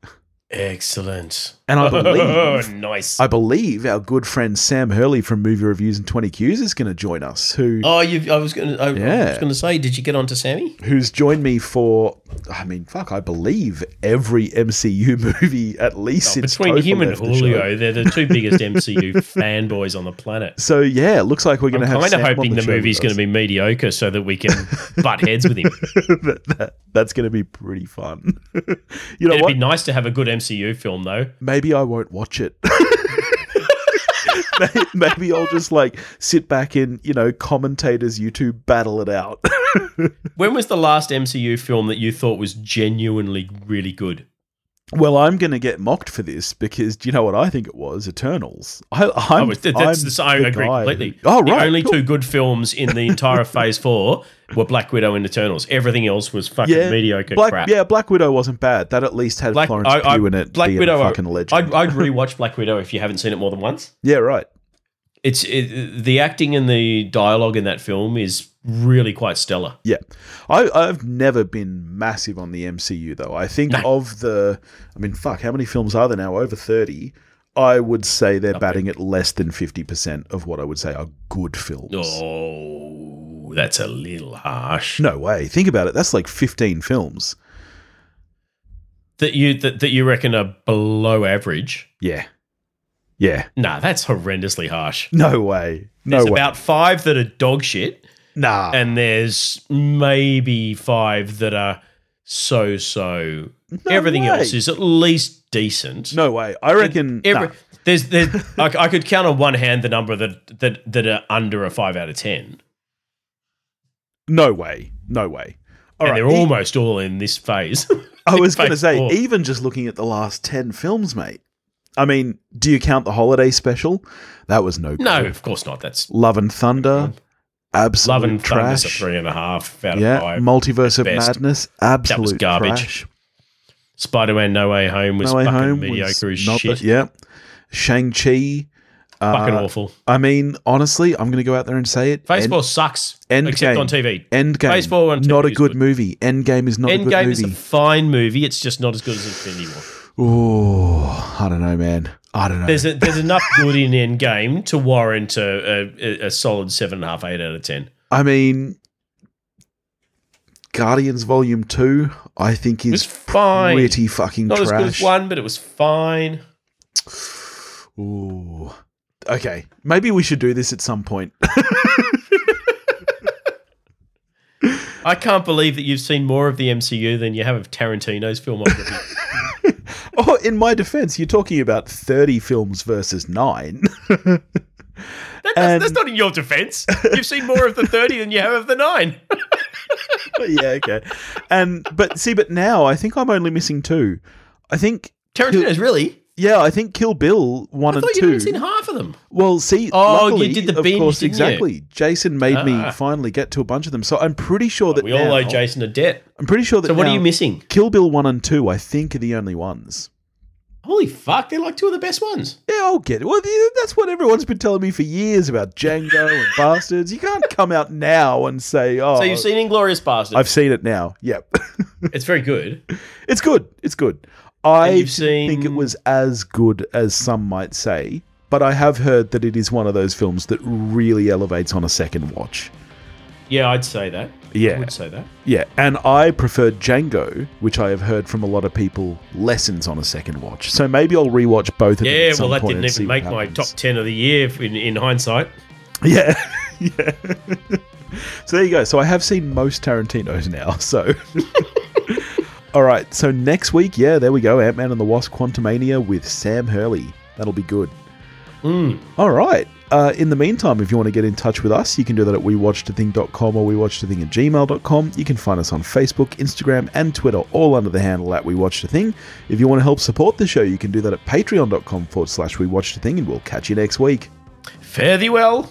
Speaker 2: Excellent. Oh,
Speaker 1: And I believe
Speaker 2: nice.
Speaker 1: I believe our good friend Sam Hurley from Movie Reviews and 20 Qs is going to join us, who
Speaker 2: oh, you. I was gonna. I, I was
Speaker 1: Yeah.
Speaker 2: gonna say, did you get on to Sammy?
Speaker 1: who's joined me for, I mean, fuck, I believe every MCU movie at least since
Speaker 2: Oh, Between
Speaker 1: Topher
Speaker 2: him and
Speaker 1: left the show.
Speaker 2: Julio, they're the two biggest MCU fanboys on the planet.
Speaker 1: So yeah, looks like we're going
Speaker 2: I'm
Speaker 1: to have.
Speaker 2: kind
Speaker 1: Sam
Speaker 2: of
Speaker 1: on
Speaker 2: hoping the,
Speaker 1: show
Speaker 2: movie's
Speaker 1: with
Speaker 2: going
Speaker 1: us.
Speaker 2: to be mediocre so that we can butt heads with him.
Speaker 1: that, that- that's going to be pretty fun. you know
Speaker 2: It'd
Speaker 1: what?
Speaker 2: be nice to have a good MCU film, though.
Speaker 1: maybe I won't watch it. May- maybe I'll just like sit back and you know commentators you two battle it out.
Speaker 2: When was the last MCU film that you thought was genuinely really good?
Speaker 1: well, I'm going to get mocked for this because do you know what I think it was? Eternals. I, I'm,
Speaker 2: Oh, it's- that- that's
Speaker 1: I'm
Speaker 2: the- I
Speaker 1: the
Speaker 2: agree
Speaker 1: guy who-
Speaker 2: completely.
Speaker 1: oh
Speaker 2: The
Speaker 1: right,
Speaker 2: only
Speaker 1: cool.
Speaker 2: two good films in the entire Phase Four were Black Widow and Eternals. Everything else was fucking
Speaker 1: Yeah,
Speaker 2: mediocre
Speaker 1: Black,
Speaker 2: crap.
Speaker 1: Yeah, Black Widow wasn't bad. That at least had Florence
Speaker 2: I- I-
Speaker 1: Pugh in it.
Speaker 2: Black
Speaker 1: being
Speaker 2: Widow.
Speaker 1: a fucking legend.
Speaker 2: I'd, I'd rewatch Black Widow if you haven't seen it more than once.
Speaker 1: yeah, right.
Speaker 2: It's it, the acting and the dialogue in that film is really quite stellar.
Speaker 1: Yeah, I, I've never been massive on the MCU though. I think of the, I mean, fuck, how many films are there now? Over thirty. I would say they're batting at less than fifty percent of what I would say are good films.
Speaker 2: Oh, that's a little harsh.
Speaker 1: No way. Think about it. That's like fifteen films.
Speaker 2: That you that, that you reckon are below average?
Speaker 1: Yeah, yeah.
Speaker 2: Nah, that's horrendously harsh.
Speaker 1: No way. No
Speaker 2: There's
Speaker 1: way. Ah.
Speaker 2: about five that are dog shit,
Speaker 1: nah.
Speaker 2: and there's maybe five that are so so.
Speaker 1: No
Speaker 2: Everything
Speaker 1: way.
Speaker 2: else is at least decent.
Speaker 1: no way. I reckon.
Speaker 2: Every,
Speaker 1: nah.
Speaker 2: There's, there's I, I could count on one hand the number that, that that are under a five out of ten,
Speaker 1: No way. No way. All
Speaker 2: and
Speaker 1: right.
Speaker 2: they're
Speaker 1: E-
Speaker 2: almost all in this phase.
Speaker 1: I was going to
Speaker 2: phase
Speaker 1: say,
Speaker 2: four.
Speaker 1: even just looking at the last 10 films, mate, I mean, do you count the holiday special? That was no good.
Speaker 2: no, of course not. That's
Speaker 1: Love and Thunder, absolute
Speaker 2: Love and Thunder's a
Speaker 1: trash.
Speaker 2: three and a half out of
Speaker 1: yeah,
Speaker 2: five.
Speaker 1: Multiverse of
Speaker 2: best.
Speaker 1: Madness, absolute
Speaker 2: garbage.
Speaker 1: trash.
Speaker 2: Spider-Man: No Way Home was
Speaker 1: No Way
Speaker 2: fucking
Speaker 1: Home
Speaker 2: mediocre
Speaker 1: was
Speaker 2: as
Speaker 1: not
Speaker 2: shit.
Speaker 1: the- yeah. Shang-Chi. uh,
Speaker 2: fucking awful.
Speaker 1: I mean, honestly, I'm going to go out there and say it.
Speaker 2: Phase
Speaker 1: End-
Speaker 2: four sucks,
Speaker 1: Endgame.
Speaker 2: except on TV.
Speaker 1: Endgame.
Speaker 2: Phase four on
Speaker 1: not a
Speaker 2: TV is
Speaker 1: good
Speaker 2: good.
Speaker 1: movie. Endgame is not a good
Speaker 2: Endgame is
Speaker 1: movie.
Speaker 2: a fine movie. It's just not as good as Infinity War.
Speaker 1: oh, I don't know, man. I don't know.
Speaker 2: There's a, there's enough good in Endgame to warrant a, a, a solid seven and a half, eight out of ten.
Speaker 1: I mean, Guardians Volume Two, I think
Speaker 2: It was
Speaker 1: is
Speaker 2: fine.
Speaker 1: pretty fucking
Speaker 2: Not as good as
Speaker 1: trash.
Speaker 2: one, but it was fine.
Speaker 1: Ooh. Okay, maybe we should do this at some point.
Speaker 2: I can't believe that you've seen more of the MCU than you have of Tarantino's filmography.
Speaker 1: oh, in my defense, you're talking about 30 films versus nine.
Speaker 2: That, that's,
Speaker 1: And-
Speaker 2: that's not in your defense. You've seen more of the 30 than you have of the 9.
Speaker 1: yeah, okay. And but see, but now I think I'm only missing two. I think
Speaker 2: Tarantino's really?
Speaker 1: yeah, I think Kill Bill one
Speaker 2: I
Speaker 1: and
Speaker 2: thought you'd
Speaker 1: two.
Speaker 2: only seen half of them.
Speaker 1: Well, see,
Speaker 2: Oh, you
Speaker 1: luckily,
Speaker 2: did the
Speaker 1: of
Speaker 2: binge,
Speaker 1: course,
Speaker 2: didn't you?
Speaker 1: exactly. Jason made
Speaker 2: Ah.
Speaker 1: me finally get to a bunch of them, so I'm pretty sure that
Speaker 2: We all
Speaker 1: now-
Speaker 2: owe Jason a debt.
Speaker 1: I'm pretty sure that.
Speaker 2: So what
Speaker 1: now-
Speaker 2: are you missing?
Speaker 1: Kill Bill one and two, I think, are the only ones.
Speaker 2: Holy fuck, they're like two of the best ones.
Speaker 1: Yeah, I'll get it. Well, yeah, that's what everyone's been telling me for years about Django and Bastards. You can't come out now and say, "Oh,
Speaker 2: So you've seen Inglorious Bastard.
Speaker 1: I've seen it now." Yep,
Speaker 2: it's very good.
Speaker 1: it's good. It's good. I
Speaker 2: And you've
Speaker 1: didn't think it
Speaker 2: seen-
Speaker 1: was as good as some might say, but I have heard that it is one of those films that really elevates on a second watch.
Speaker 2: Yeah, I'd say that. I
Speaker 1: Yeah.
Speaker 2: would say that.
Speaker 1: Yeah, and I preferred Django, which I have heard from a lot of people lessons on a second watch. So maybe I'll rewatch both of them.
Speaker 2: Yeah,
Speaker 1: at some
Speaker 2: well, that
Speaker 1: point
Speaker 2: didn't
Speaker 1: and see
Speaker 2: even
Speaker 1: what
Speaker 2: make my
Speaker 1: happens.
Speaker 2: top 10 of the year if- in, in hindsight.
Speaker 1: Yeah, yeah. so there you go. So I have seen most Tarantino's now. So. All right, so next week, yeah, there we go. Ant Man and the Wasp Quantumania with Sam Hurley. That'll be good. All right. Uh, in the meantime, if you want to get in touch with us, you can do that at wewatchedthing.com or wewatchedthing at gmail.com. You can find us on Facebook, Instagram, and Twitter, all under the handle at wewatchedathing. If you want to help support the show, you can do that at patreon.com forward slash wewatchedathing, and we'll catch you next week.
Speaker 2: Fare thee well.